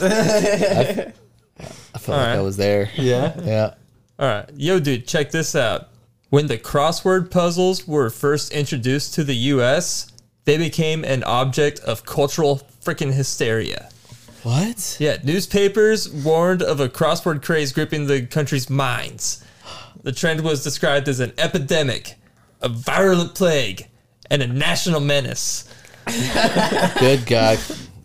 Dang. I, I felt like I right. was there. Yeah. Yeah. All right, yo, dude, check this out. When the crossword puzzles were first introduced to the U.S., they became an object of cultural freaking hysteria. What? Yeah, newspapers warned of a crossword craze gripping the country's minds. The trend was described as an epidemic, a virulent plague, and a national menace. Good God.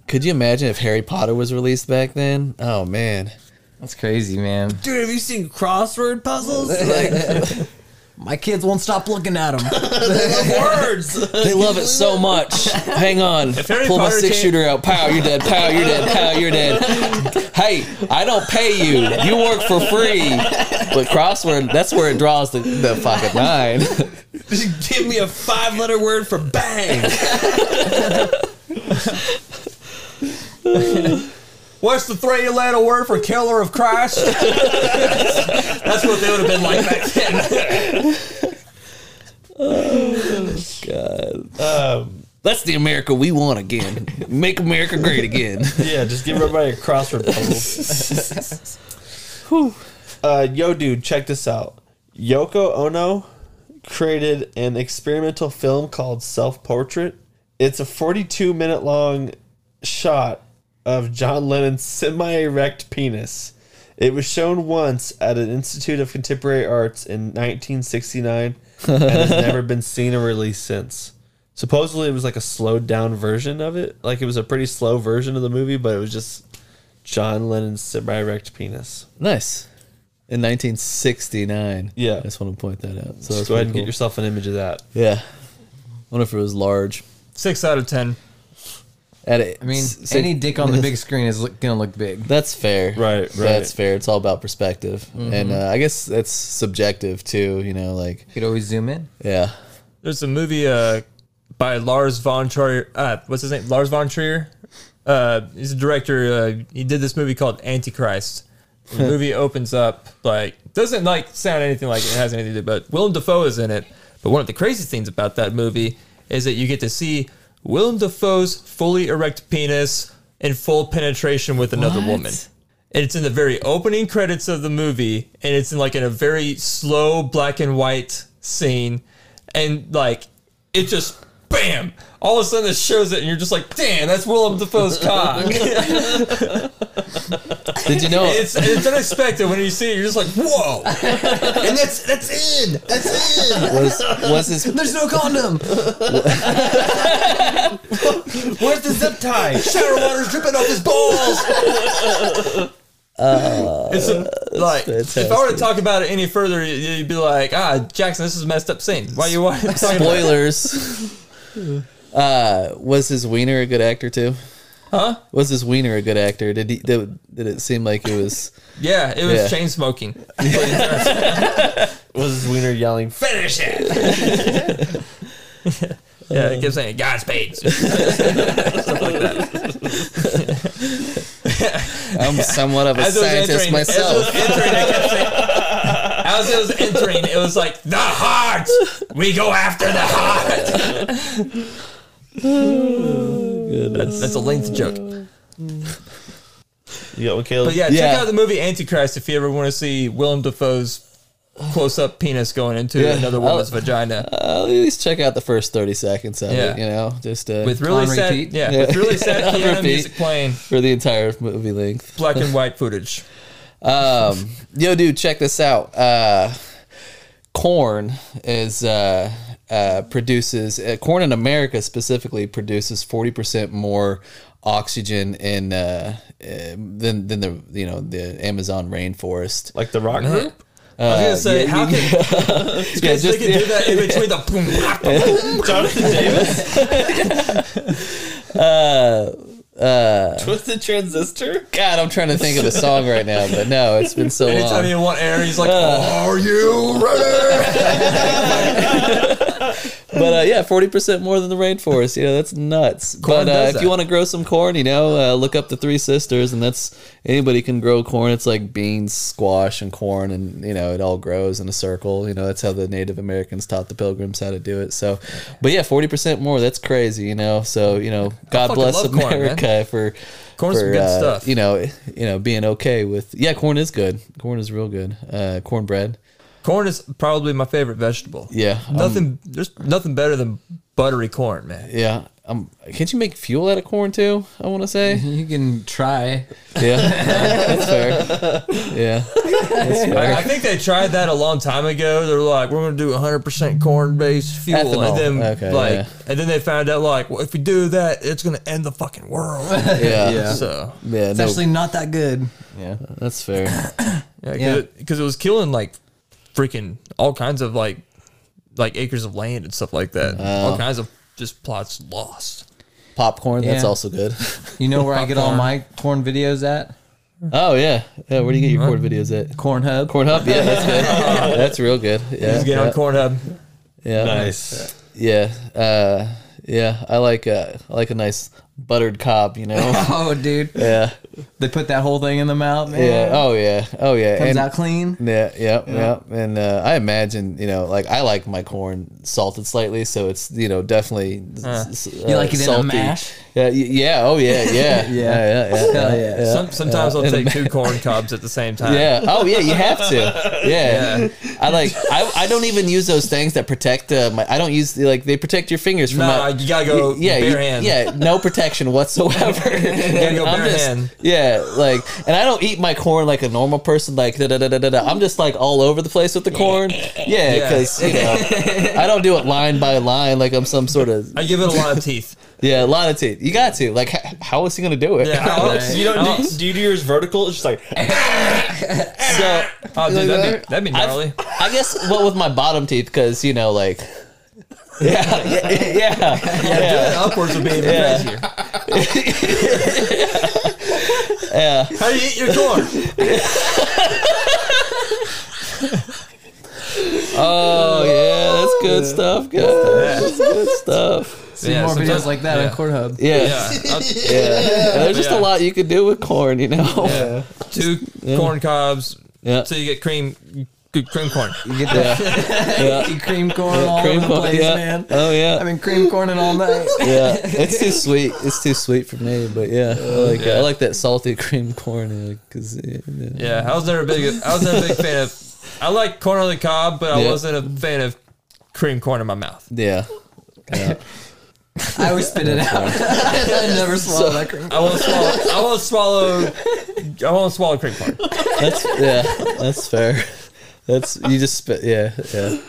Could you imagine if Harry Potter was released back then? Oh man. That's crazy, man. Dude, have you seen crossword puzzles? My kids won't stop looking at him. Words. They love it so much. Hang on. Harry Pull my Potter six shooter out. Pow, you're dead. Pow, you're dead. Pow, you're dead. Hey, I don't pay you. You work for free. But crossword, that's where it draws the, the fucking line. Give me a five-letter word for bang. What's the three letter word for killer of Christ? That's what they would have been like back then. That's the America we want again. Make America great again. yeah, just give everybody a crossword puzzle. uh, yo, dude, check this out. Yoko Ono created an experimental film called Self Portrait. It's a 42 minute long shot of John Lennon's semi erect penis. It was shown once at an Institute of Contemporary Arts in 1969 and has never been seen or released since. Supposedly, it was like a slowed down version of it. Like it was a pretty slow version of the movie, but it was just John Lennon's semi erect penis. Nice. In 1969. Yeah. I just want to point that out. So Just that's go ahead and pretty get yourself an image of that. cool. Yeah. wonder if it was large. Six out of ten. At it, I mean, any dick on the big screen is look, gonna look big. That's fair. Right, right. That's fair. It's all about perspective. And uh, I guess that's subjective too, you know, like, You could always zoom in. yeah. There's a movie uh, by Lars von Trier. Uh, what's his name? Lars von Trier. Uh, he's a director. Uh, he did this movie called Antichrist. The movie opens up like doesn't like sound anything like it has anything to do. But Willem Dafoe is in it. But one of the crazy things about that movie is that you get to see Willem Dafoe's fully erect penis in full penetration with another woman. And it's in the very opening credits of the movie, and it's in like in a very slow black and white scene, and like it just bam, all of a sudden it shows it, and you're just like, damn, that's Willem Dafoe's cock. Did you know? it's it's unexpected when you see it, you're just like, whoa, and that's that's in. was, was his There's no condom. Where's the zip tie? Shower water's dripping off his balls. Uh, it's a, like if I were to talk about it any further, y- you'd be like, ah, Jackson, this is a messed up scene. Why you why are you talking about? spoilers? uh, was his wiener a good actor too? Huh? Was this wiener a good actor? Did he? Did, did it seem like it was? Yeah, it was Yeah. chain smoking. Was Wiener yelling? Finish it. yeah, it kept saying Godspeed. I'm somewhat of a As it was scientist entering, myself. As it was entering, it kept saying, as it was entering, it was like the heart. We go after the heart. Oh, That's, that's a length joke. You got one, Caleb? But yeah, check Yeah. out the movie Antichrist if you ever want to see Willem Dafoe's close-up penis going into Yeah. another woman's vagina. Uh, at least check out the first 30 seconds of Yeah. it. You know, just uh, with really On sad, repeat? yeah, with really sad On piano repeat. music playing, for the entire movie length. black and white footage. Um, yo, dude, check this out. Uh, Corn is uh, uh, produces uh, corn in America specifically produces forty percent more oxygen in uh, uh, than than the you know the Amazon rainforest. Like the rock group? I was gonna say, yeah, how you- can they Yeah, just- can do that in between the boom, blah, blah, boom? Jonathan Davis? uh, Twisted Transistor? God, I'm trying to think of the song right now, but no, it's been so long. Anytime you want air, he's like, "Are you ready?" but uh, yeah, forty percent more than the rainforest. You know that's nuts. Corn but uh, does if that. you want to grow some corn, you know, uh, look up the Three Sisters, and that's anybody can grow corn. It's like beans, squash, and corn, and you know it all grows in a circle. You know that's how the Native Americans taught the Pilgrims how to do it. So, but yeah, forty percent more. That's crazy. You know, so you know, God fucking bless love corn, man. America for. Corn's for, some good uh, stuff. You know, you know, being okay with yeah, corn is good. Corn is real good. Uh, cornbread. Corn is probably my favorite vegetable. Yeah, I'm- Nothing, there's nothing better than buttery corn, man. Yeah. Um, can't you make fuel out of corn too? I want to say. You can try. Yeah, that's fair. Yeah, I, that's I fair. think they tried that a long time ago. They're like, we're going to do 100% corn-based fuel, Ethanol. and then Okay, like, yeah. and then they found out like, well, if we do that, it's going to end the fucking world. Yeah, yeah, Yeah. so It's no, actually not that good. yeah, that's fair. yeah, Yeah. because it, was killing like freaking all kinds of like like acres of land and stuff like that. Oh. all kinds of just plots lost. Popcorn, that's Yeah. also good. You know where I get all my corn videos at? Oh yeah, yeah. Where do you get your corn videos at? Cornhub. Cornhub, yeah, that's good. that's real good. Yeah, Just get on yeah, Cornhub. yeah, Nice. yeah, uh, yeah. I like uh, I like a nice buttered cob, you know. Oh, dude. yeah, They put that whole thing in the mouth, man. yeah. Oh yeah, oh yeah. Comes and, out clean. Yeah, yeah, yeah. And uh, I imagine, you know, like I like my corn salted slightly, so it's you know definitely. s- s- You uh, like it in a mash? Yeah, y- yeah. Oh yeah, yeah, yeah, yeah, yeah. Hell Oh, yeah. yeah. Some, sometimes I'll take two corn cobs at the same time. Yeah. Oh, yeah. You have to. Yeah. I like. I, I don't even use those things that protect. Uh, my, I don't use like they protect your fingers from. No, my, you gotta go yeah, bare you- hand. yeah, no protection whatsoever. gotta go I'm bare just- hand. Yeah, like, and I don't eat my corn like a normal person. Like, da da da da da. da. I'm just like all over the place with the corn. Yeah, Yeah. because you know, I don't do it line by line like I'm some sort of I give it a lot of teeth. yeah a lot of teeth. You got to like, h- how is he gonna do it? Yeah, I'll, You don't, I'll, do, do you do yours vertical? It's just like, So I'll do Oh, that'd be, that'd be I've- gnarly. I guess what with my bottom teeth, because you know, like, yeah, yeah, yeah, yeah, Upwards would be even Yeah. crazier. How do you eat your corn? Oh yeah, that's good stuff, guys. That's good stuff. See Yeah, more sometimes- videos like that yeah. on Cornhub. Yeah, Yeah, I'll- yeah. There's just Yeah. a lot you could do with corn, you know. Yeah. two corn cobs. Yeah. So you get cream, cream corn. You get that cream corn all Cream over the corn, place, yeah. man. Oh yeah. I've been cream corning all night. yeah, it's too sweet. It's too sweet for me, but yeah, I like I like that salty cream corn uh, cause yeah, yeah. Yeah, I was never a big. I was never a big fan of. I like corn on the cob, but I Yeah. wasn't a fan of cream corn in my mouth. yeah. I always spit it out. I never swallow that cream. I won't swallow. I won't swallow. I won't swallow cream corn. That's yeah, that's fair. That's you just spit yeah, yeah.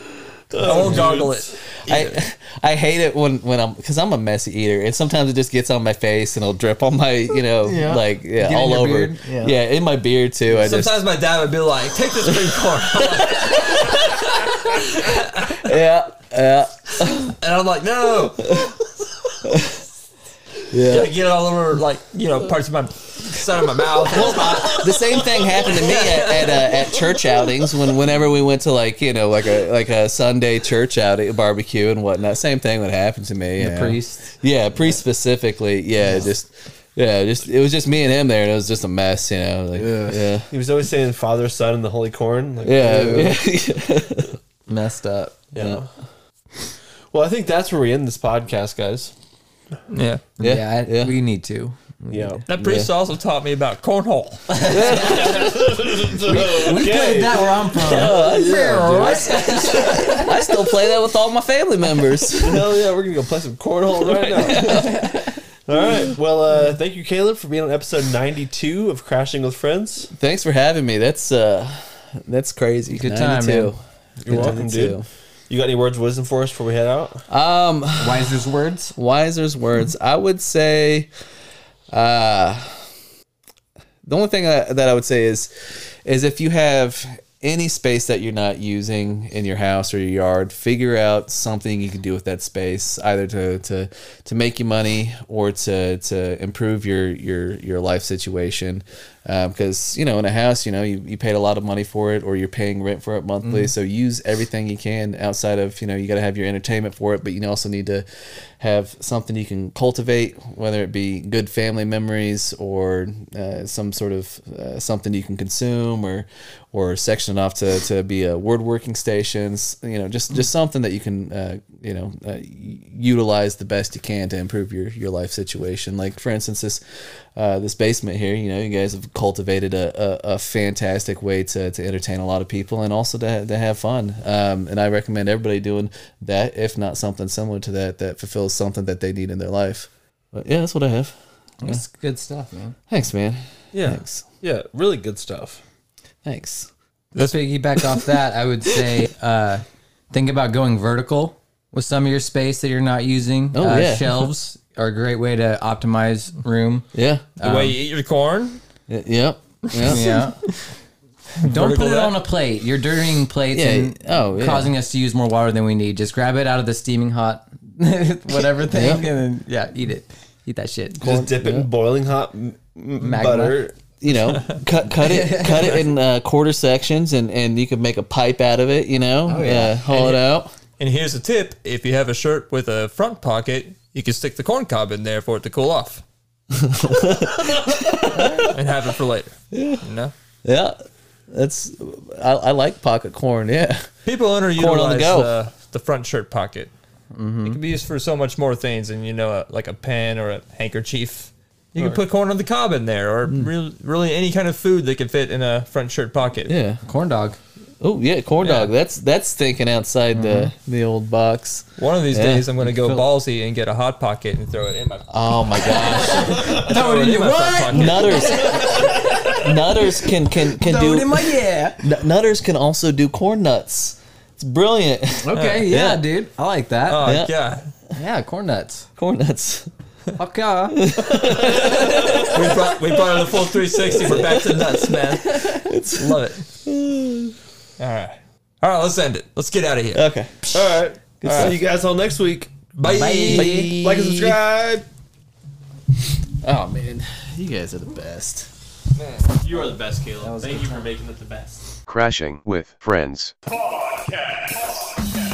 I won't goggle it. I I hate it when when I'm because I'm a messy eater, and sometimes it just gets on my face and it'll drip on my you know Yeah. like yeah Get in all your over beard? Yeah. Yeah. in my beard too. I just Sometimes my dad would be like, "Take this cream corn," yeah yeah and I'm like, "No." Yeah. I get it all over, like, you know, parts of my side of my mouth. the same thing happened to me at at, uh, at church outings when whenever we went to like you know like a like a Sunday church outing barbecue and whatnot. Same thing would happen to me. you The know. priest. Yeah, priest specifically. Yeah, just yeah, just it was just me and him there, and it was just a mess. You know, like yeah, yeah, He was always saying Father, Son, and the Holy Corn. Like, yeah. Messed up. yeah. Well, I think that's where we end this podcast, guys. Yeah. Yeah, Yeah, I, yeah. we need to. Yeah. That priest also taught me about cornhole. We played that where I'm from. I still play that with all my family members. Hell yeah, we're gonna go play some cornhole right now. All right. Well, uh, thank you, Caleb, for being on episode 92 of Crashing with Friends. Thanks for having me. That's uh, that's crazy. Good time, 92. man. You're welcome, dude. You got any words of wisdom for us before we head out? Um, Wiser's words. Wiser's words, I would say, uh, the only thing that, that I would say is, is if you have any space that you're not using in your house or your yard, figure out something you can do with that space, either to to to make you money or to to improve your your your life situation. Because you know, in a house, you know, you, you paid a lot of money for it, or you're paying rent for it monthly. So use everything you can outside of you know you got to have your entertainment for it, but you also need to have something you can cultivate, whether it be good family memories or uh, some sort of uh, something you can consume or or section it off to, to be a word working stations, you know, just just something that you can uh, you know uh, y- utilize the best you can to improve your your life situation. Like for instance, this uh, this basement here, you know, you guys have cultivated a, a, a fantastic way to, to entertain a lot of people and also to, to have fun. Um, and I recommend everybody doing that, if not something similar to that, that fulfills something that they need in their life. But yeah, that's what I have. That's good stuff, man. Thanks, man. Yeah. Thanks. Yeah, really good stuff. Thanks. Let's piggyback off that. I would say uh, think about going vertical with some of your space that you're not using. Oh, uh, yeah. Shelves are a great way to optimize room. Yeah. The way you eat your corn. Y- Yep. Yeah. Yeah. Don't Vertical put it that. on a plate. You're dirtying plates Yeah, and oh, yeah. causing us to use more water than we need. Just grab it out of the steaming hot whatever thing and then, yeah, eat it. Eat that shit. Just dip it in boiling hot m- m- Magma. butter. you know, cut cut it cut it in uh, quarter sections, and and you could make a pipe out of it. You know, yeah. uh, haul it out. And here's a tip if you have a shirt with a front pocket, you can stick the corn cob in there for it to cool off. and have it for later. You know? Yeah. That's I, I like pocket corn. Yeah. People underutilize Corn on the go. the, the front shirt pocket. It can be used for so much more things than, you know, a, like a pen or a handkerchief. You can put corn on the cob in there or Mm. real really any kind of food that can fit in a front shirt pocket. Yeah. Corn dog. Oh yeah, corn dog. Yeah. That's that's thinking outside the the old box. One of these Yeah. days, I'm going to go ballsy and get a hot pocket and throw it in my, Oh my gosh, throw it in my front pocket. nutters, nutters can can can do. in my yeah. N- nutters can also do corn nuts. It's brilliant. Okay, yeah, Yeah. dude. I like that. Oh, Yeah. yeah. yeah, corn nuts. corn nuts. Okay. we brought we brought it a full 360. We're back to nuts, man. Love it. All right, all right. Let's end it. Let's get out of here. Okay. All right. Good see you guys all next week. Bye. Bye. Like and subscribe. Oh man, you guys are the best. You are the best, Caleb. Thank you for making it the best. Crashing with Friends. Podcast.